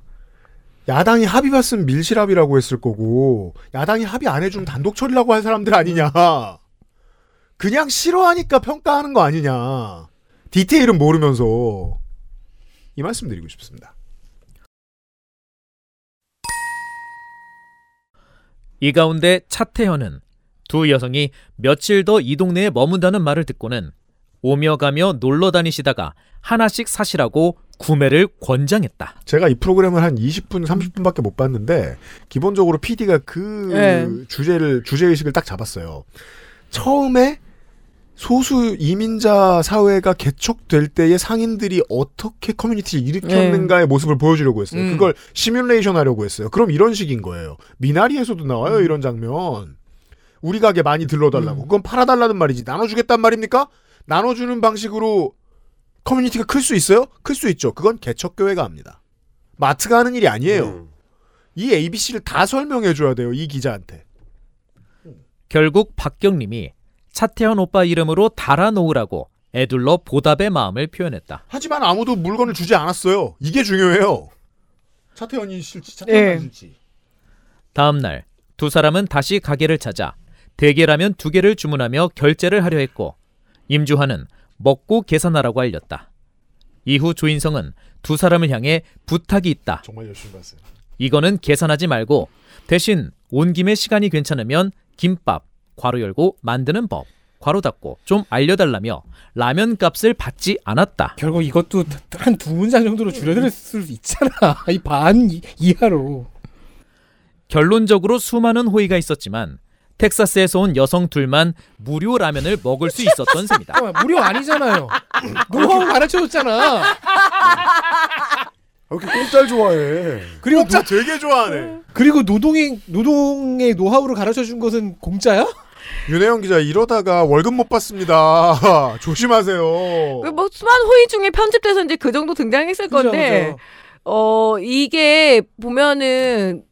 야당이 합의 봤으면 밀실합의라고 했을 거고 야당이 합의 안 해주면 단독 처리라고 할 사람들 아니냐. 그냥 싫어하니까 평가하는 거 아니냐. 디테일은 모르면서 이 말씀드리고 싶습니다. 이 가운데 차태현은 두 여성이 며칠 더 이 동네에 머문다는 말을 듣고는 오며 가며 놀러 다니시다가 하나씩 사시라고 구매를 권장했다. 제가 이 프로그램을 한 20분, 30분밖에 못 봤는데 기본적으로 PD가 그 예. 주제를 주제 의식을 딱 잡았어요. 처음에 소수 이민자 사회가 개척될 때의 상인들이 어떻게 커뮤니티를 일으켰는가의 모습을 보여주려고 했어요. 음. 그걸 시뮬레이션 하려고 했어요. 그럼 이런 식인 거예요. 미나리에서도 나와요, 이런 장면. 우리 가게 많이 들러달라고. 그건 팔아달라는 말이지. 나눠주겠단 말입니까? 나눠주는 방식으로 커뮤니티가 클 수 있어요? 클 수 있죠. 그건 개척교회가 합니다. 마트가 하는 일이 아니에요. 이 ABC를 다 설명해줘야 돼요. 이 기자한테. 결국 박경림이 차태현 오빠 이름으로 달아놓으라고 애둘러 보답의 마음을 표현했다. 하지만 아무도 물건을 주지 않았어요. 이게 중요해요. 차태현이 실지 차태현이 네. 예. 실지. 다음 날 두 사람은 다시 가게를 찾아 대게라면 두 개를 주문하며 결제를 하려 했고 임주환은 먹고 계산하라고 알렸다. 이후 조인성은 두 사람을 향해 부탁이 있다. 정말 열심히 봤어요. 이거는 계산하지 말고 대신 온 김에 시간이 괜찮으면 김밥 괄호 열고 만드는 법 괄호 닫고 좀 알려달라며 라면 값을 받지 않았다. 결국 이것도 한 두 문장 정도로 줄여들었을 수 있잖아. 이 반 이하로. 결론적으로 수많은 호의가 있었지만 텍사스에서 온 여성 둘만 무료 라면을 먹을 수 있었던 셈이다. 잠깐만, 무료 아니잖아요. 노하우 가르쳐줬잖아. 이렇게 꼼짤 좋아해. 그리고 꼼짝 어, 되게 좋아하네. 그리고 노동의 노동의 노하우를 가르쳐 준 것은 공짜야? 윤혜영 기자 이러다가 월급 못 받습니다. 조심하세요. 뭐 수많은 호의 중에 편집돼서 이제 그 정도 등장했을 건데 어. 그죠. 어 이게 보면은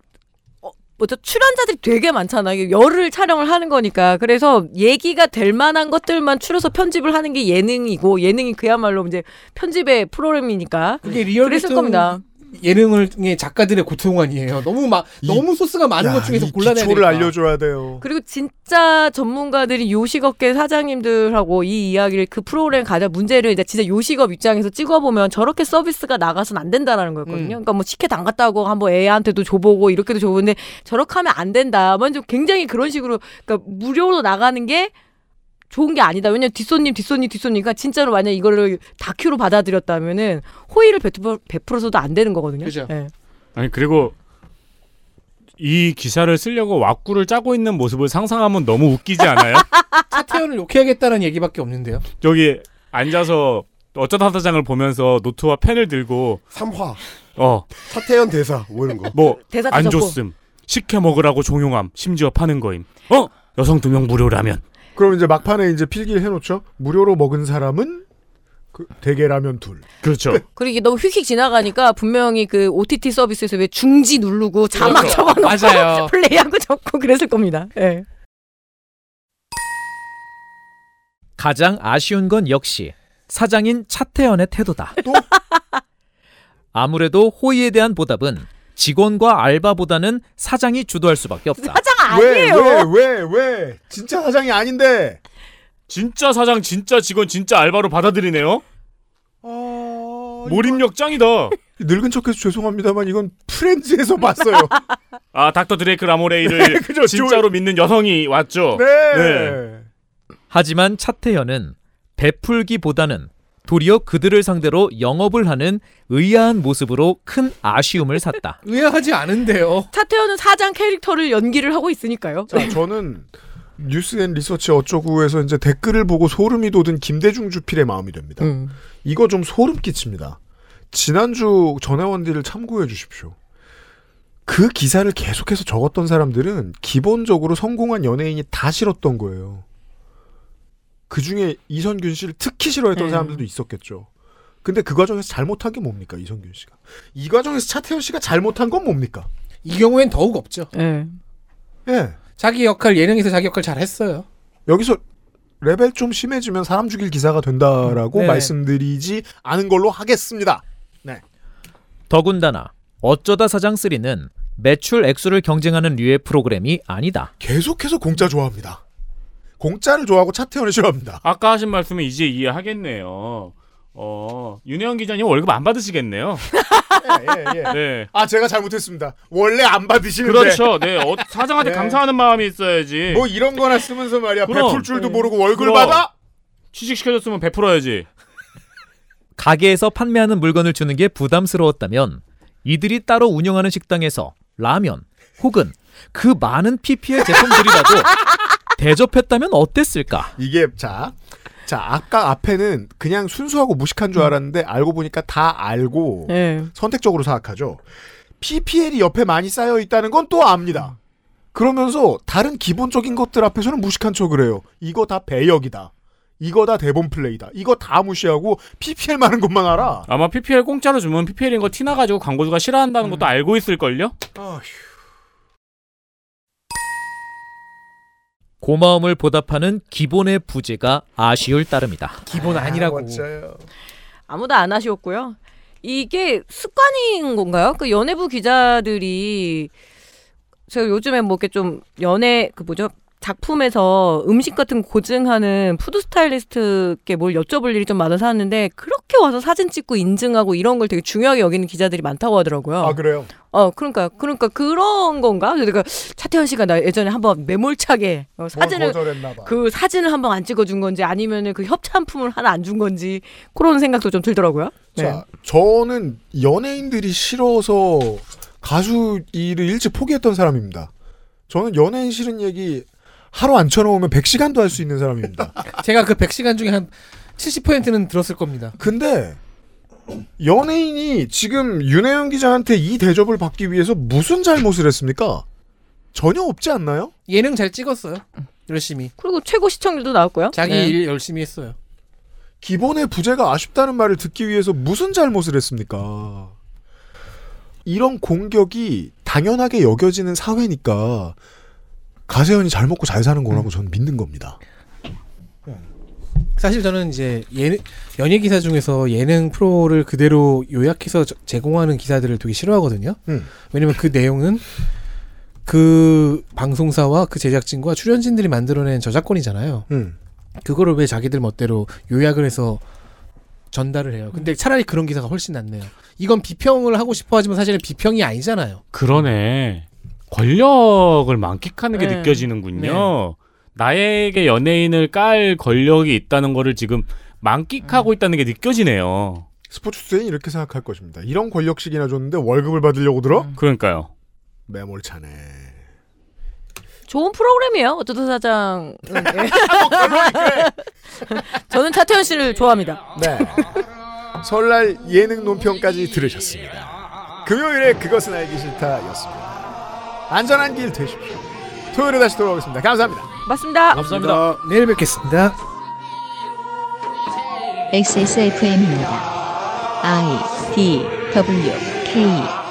어, 뭐죠 출연자들이 되게 많잖아요. 이게 열흘 촬영을 하는 거니까 그래서 얘기가 될 만한 것들만 추려서 편집을 하는 게 예능이고 예능이 그야말로 이제 편집의 프로그램이니까 그게 리얼 랬을 같은 겁니다. 예능을 통해 작가들의 고통 아니에요. 너무 막 너무 소스가 많은 것 중에서 골라내야 기초를 되니까. 알려줘야 돼요. 그리고 진짜 전문가들이 요식업계 사장님들하고 이 이야기를 그 프로그램 가장 문제를 이제 진짜 요식업 입장에서 찍어보면 저렇게 서비스가 나가선 안 된다라는 음. 거였거든요. 그러니까 뭐 치켓 안 갔다고 한번 애한테도 줘보고 이렇게도 줘보는데 저렇게 하면 안 된다. 먼저 굉장히 그런 식으로 그러니까 무료로 나가는 게 좋은 게 아니다. 왜냐면 뒷손님, 뒷손님, 뒷손님. 그러니까 진짜로 만약 이거를 다큐로 받아들였다면은 호의를 베풀, 베풀어서도 안 되는 거거든요. 그죠. 예. 아니 그리고 이 기사를 쓰려고 왁구를 짜고 있는 모습을 상상하면 너무 웃기지 않아요? 차태현을 욕해야겠다는 얘기밖에 없는데요. 여기 앉아서 어쩌다 사장을 보면서 노트와 펜을 들고 삼화 어 차태현 대사 뭐 이런 거. 대사 뭐안 적고. 줬음 시켜 먹으라고 종용함 심지어 파는 거임 어 여성 두 명 무료 라면 그럼 이제 막판에 이제 필기를 해놓죠. 무료로 먹은 사람은 그 대게라면 둘. 그렇죠. 그리고 이게 너무 휙휙 지나가니까 분명히 그 OTT 서비스에서 왜 중지 누르고 자막 그렇죠. 적어놓고 맞아요. 플레이하고 적고 그랬을 겁니다. 예. 가장 아쉬운 건 역시 사장인 차태현의 태도다. 아무래도 호의에 대한 보답은 직원과 알바보다는 사장이 주도할 수밖에 없다. 왜, 왜, 왜? 진짜 사장이 아닌데. 진짜 사장, 진짜 직원, 진짜 알바로 받아들이네요. 뭐 몰입력 짱이다. 늙은 척해서 죄송합니다만 이건 프렌즈에서 봤어요. 아 닥터 드레이크 라모레이를 네, 그죠. 네. 진짜로 믿는 여성이 왔죠. 네. 하지만 차태현은 베풀기보다는 도리어 그들을 상대로 영업을 하는 의아한 모습으로 큰 아쉬움을 샀다. 의아하지 않은데요. 차태현은 사장 캐릭터를 연기를 하고 있으니까요. 자, 저는 뉴스앤 리서치 어쩌구에서 이제 댓글을 보고 소름이 돋은 김대중 주필의 마음이 됩니다. 예. 이거 좀 소름 끼칩니다. 지난주 전혜원디를 참고해 주십시오. 그 기사를 계속해서 적었던 사람들은 기본적으로 성공한 연예인이 다 싫었던 거예요. 그 중에 이선균 씨를 특히 싫어했던 음. 사람들도 있었겠죠. 근데 그 과정에서 잘못한 게 뭡니까, 이선균 씨가? 이 과정에서 차태현 씨가 잘못한 건 뭡니까? 이 경우엔 더욱 없죠. 예. 예. 자기 역할 예능에서 자기 역할 잘 했어요. 여기서 레벨 좀 심해지면 사람 죽일 기사가 된다라고 네. 말씀드리지 않은 걸로 하겠습니다. 네. 더군다나 어쩌다 사장 3는 매출 액수를 경쟁하는 류의 프로그램이 아니다. 계속해서 공짜 좋아합니다. 공짜를 좋아하고 차태현을 싫어합니다. 아까 하신 말씀은 이제 이해하겠네요. 어 윤혜영 기자님 월급 안 받으시겠네요. 예, 예. 네. 아 제가 잘못했습니다. 원래 안 받으시는데. 그렇죠. 네. 어, 사장한테 네. 감사하는 마음이 있어야지. 뭐 이런 거나 쓰면서 말이야. 그럼. 네. 베풀 줄도 모르고 월급 그럼. 받아? 취직 시켜줬으면 베풀어야지. 가게에서 판매하는 물건을 주는 게 부담스러웠다면 이들이 따로 운영하는 식당에서 라면 혹은 그 많은 PPL 제품들이라도 대접했다면 어땠을까? 이게 자. 자, 아까 앞에는 그냥 순수하고 무식한 음. 줄 알았는데 알고 보니까 다 네. 알고 예. 선택적으로 생각하죠. PPL이 옆에 많이 쌓여 있다는 건 또 압니다. 그러면서 다른 기본적인 것들 앞에서는 무식한 척을 해요. 이거 다 배역이다. 이거다 대본 플레이다. 이거 다 무시하고 PPL 많은 것만 알아. 아마 PPL 공짜로 주면 PPL인 거 티나가지고 광고주가 싫어한다는 것도 알고 있을걸요? 고마움을 보답하는 기본의 부재가 아쉬울 따름이다. 기본 아니라고. 아무도 안 하셨고요. 이게 습관인 건가요? 그 연예부 기자들이 제가 요즘에 뭐 이렇게 좀 연애 그 뭐죠 작품에서 음식 같은 거 고증하는 푸드 스타일리스트께 뭘 여쭤볼 일이 좀 많아서 하는데 그렇게 와서 사진 찍고 인증하고 이런 걸 되게 중요하게 여기는 기자들이 많다고 하더라고요. 아 그래요? 어, 그러니까, 그러니까 그런 건가? 그러니까 차태현 씨가 나 예전에 한번 매몰차게 뭐, 어, 사진을 거절했나 봐. 그 사진을 한번 안 찍어준 건지 아니면은 그 협찬품을 하나 안 준 건지 그런 생각도 좀 들더라고요. 네. 자, 저는 연예인들이 싫어서 가수 일을 일찍 포기했던 사람입니다. 저는 연예인 싫은 얘기 하루 안 쳐놓으면 100시간도 할 수 있는 사람입니다. 제가 그 100시간 중에 한 70%는 들었을 겁니다. 근데 연예인이 지금 윤혜영 기자한테 이 대접을 받기 위해서 무슨 잘못을 했습니까? 전혀 없지 않나요? 예능 잘 찍었어요. 열심히. 그리고 최고 시청률도 나왔고요. 자기 네. 일 열심히 했어요. 기본의 부재가 아쉽다는 말을 듣기 위해서 무슨 잘못을 했습니까? 이런 공격이 당연하게 여겨지는 사회니까 가세현이 잘 먹고 잘 사는 거라고 저는 믿는 겁니다. 사실 저는 이제 예능, 연예 기사 중에서 예능 프로를 그대로 요약해서 저- 제공하는 기사들을 되게 싫어하거든요. 음. 왜냐면 그 내용은 그 방송사와 그 제작진과 출연진들이 만들어낸 저작권이잖아요. 음. 그거를 왜 자기들 멋대로 요약을 해서 전달을 해요. 근데 차라리 그런 기사가 훨씬 낫네요. 이건 비평을 하고 싶어 하지만 사실은 비평이 아니잖아요. 그러네. 권력을 만끽하는 게 네. 느껴지는군요. 네. 나에게 연예인을 깔 권력이 있다는 거를 지금 만끽하고 있다는 게 느껴지네요. 스포츠 투자는 이렇게 생각할 것입니다. 이런 권력식이나 줬는데 월급을 받으려고 들어? 음. 그러니까요. 매몰차네. 좋은 프로그램이에요. 어쩌다 사장. 저는 차태현 씨를 좋아합니다. 네. 설날 예능 논평까지 들으셨습니다. 금요일에 그것은 알기 싫다였습니다. 안전한 길 되십시오. 토요일에 다시 돌아오겠습니다. 감사합니다. 맞습니다. 내일 뵙겠습니다. XSFM입니다. I D W K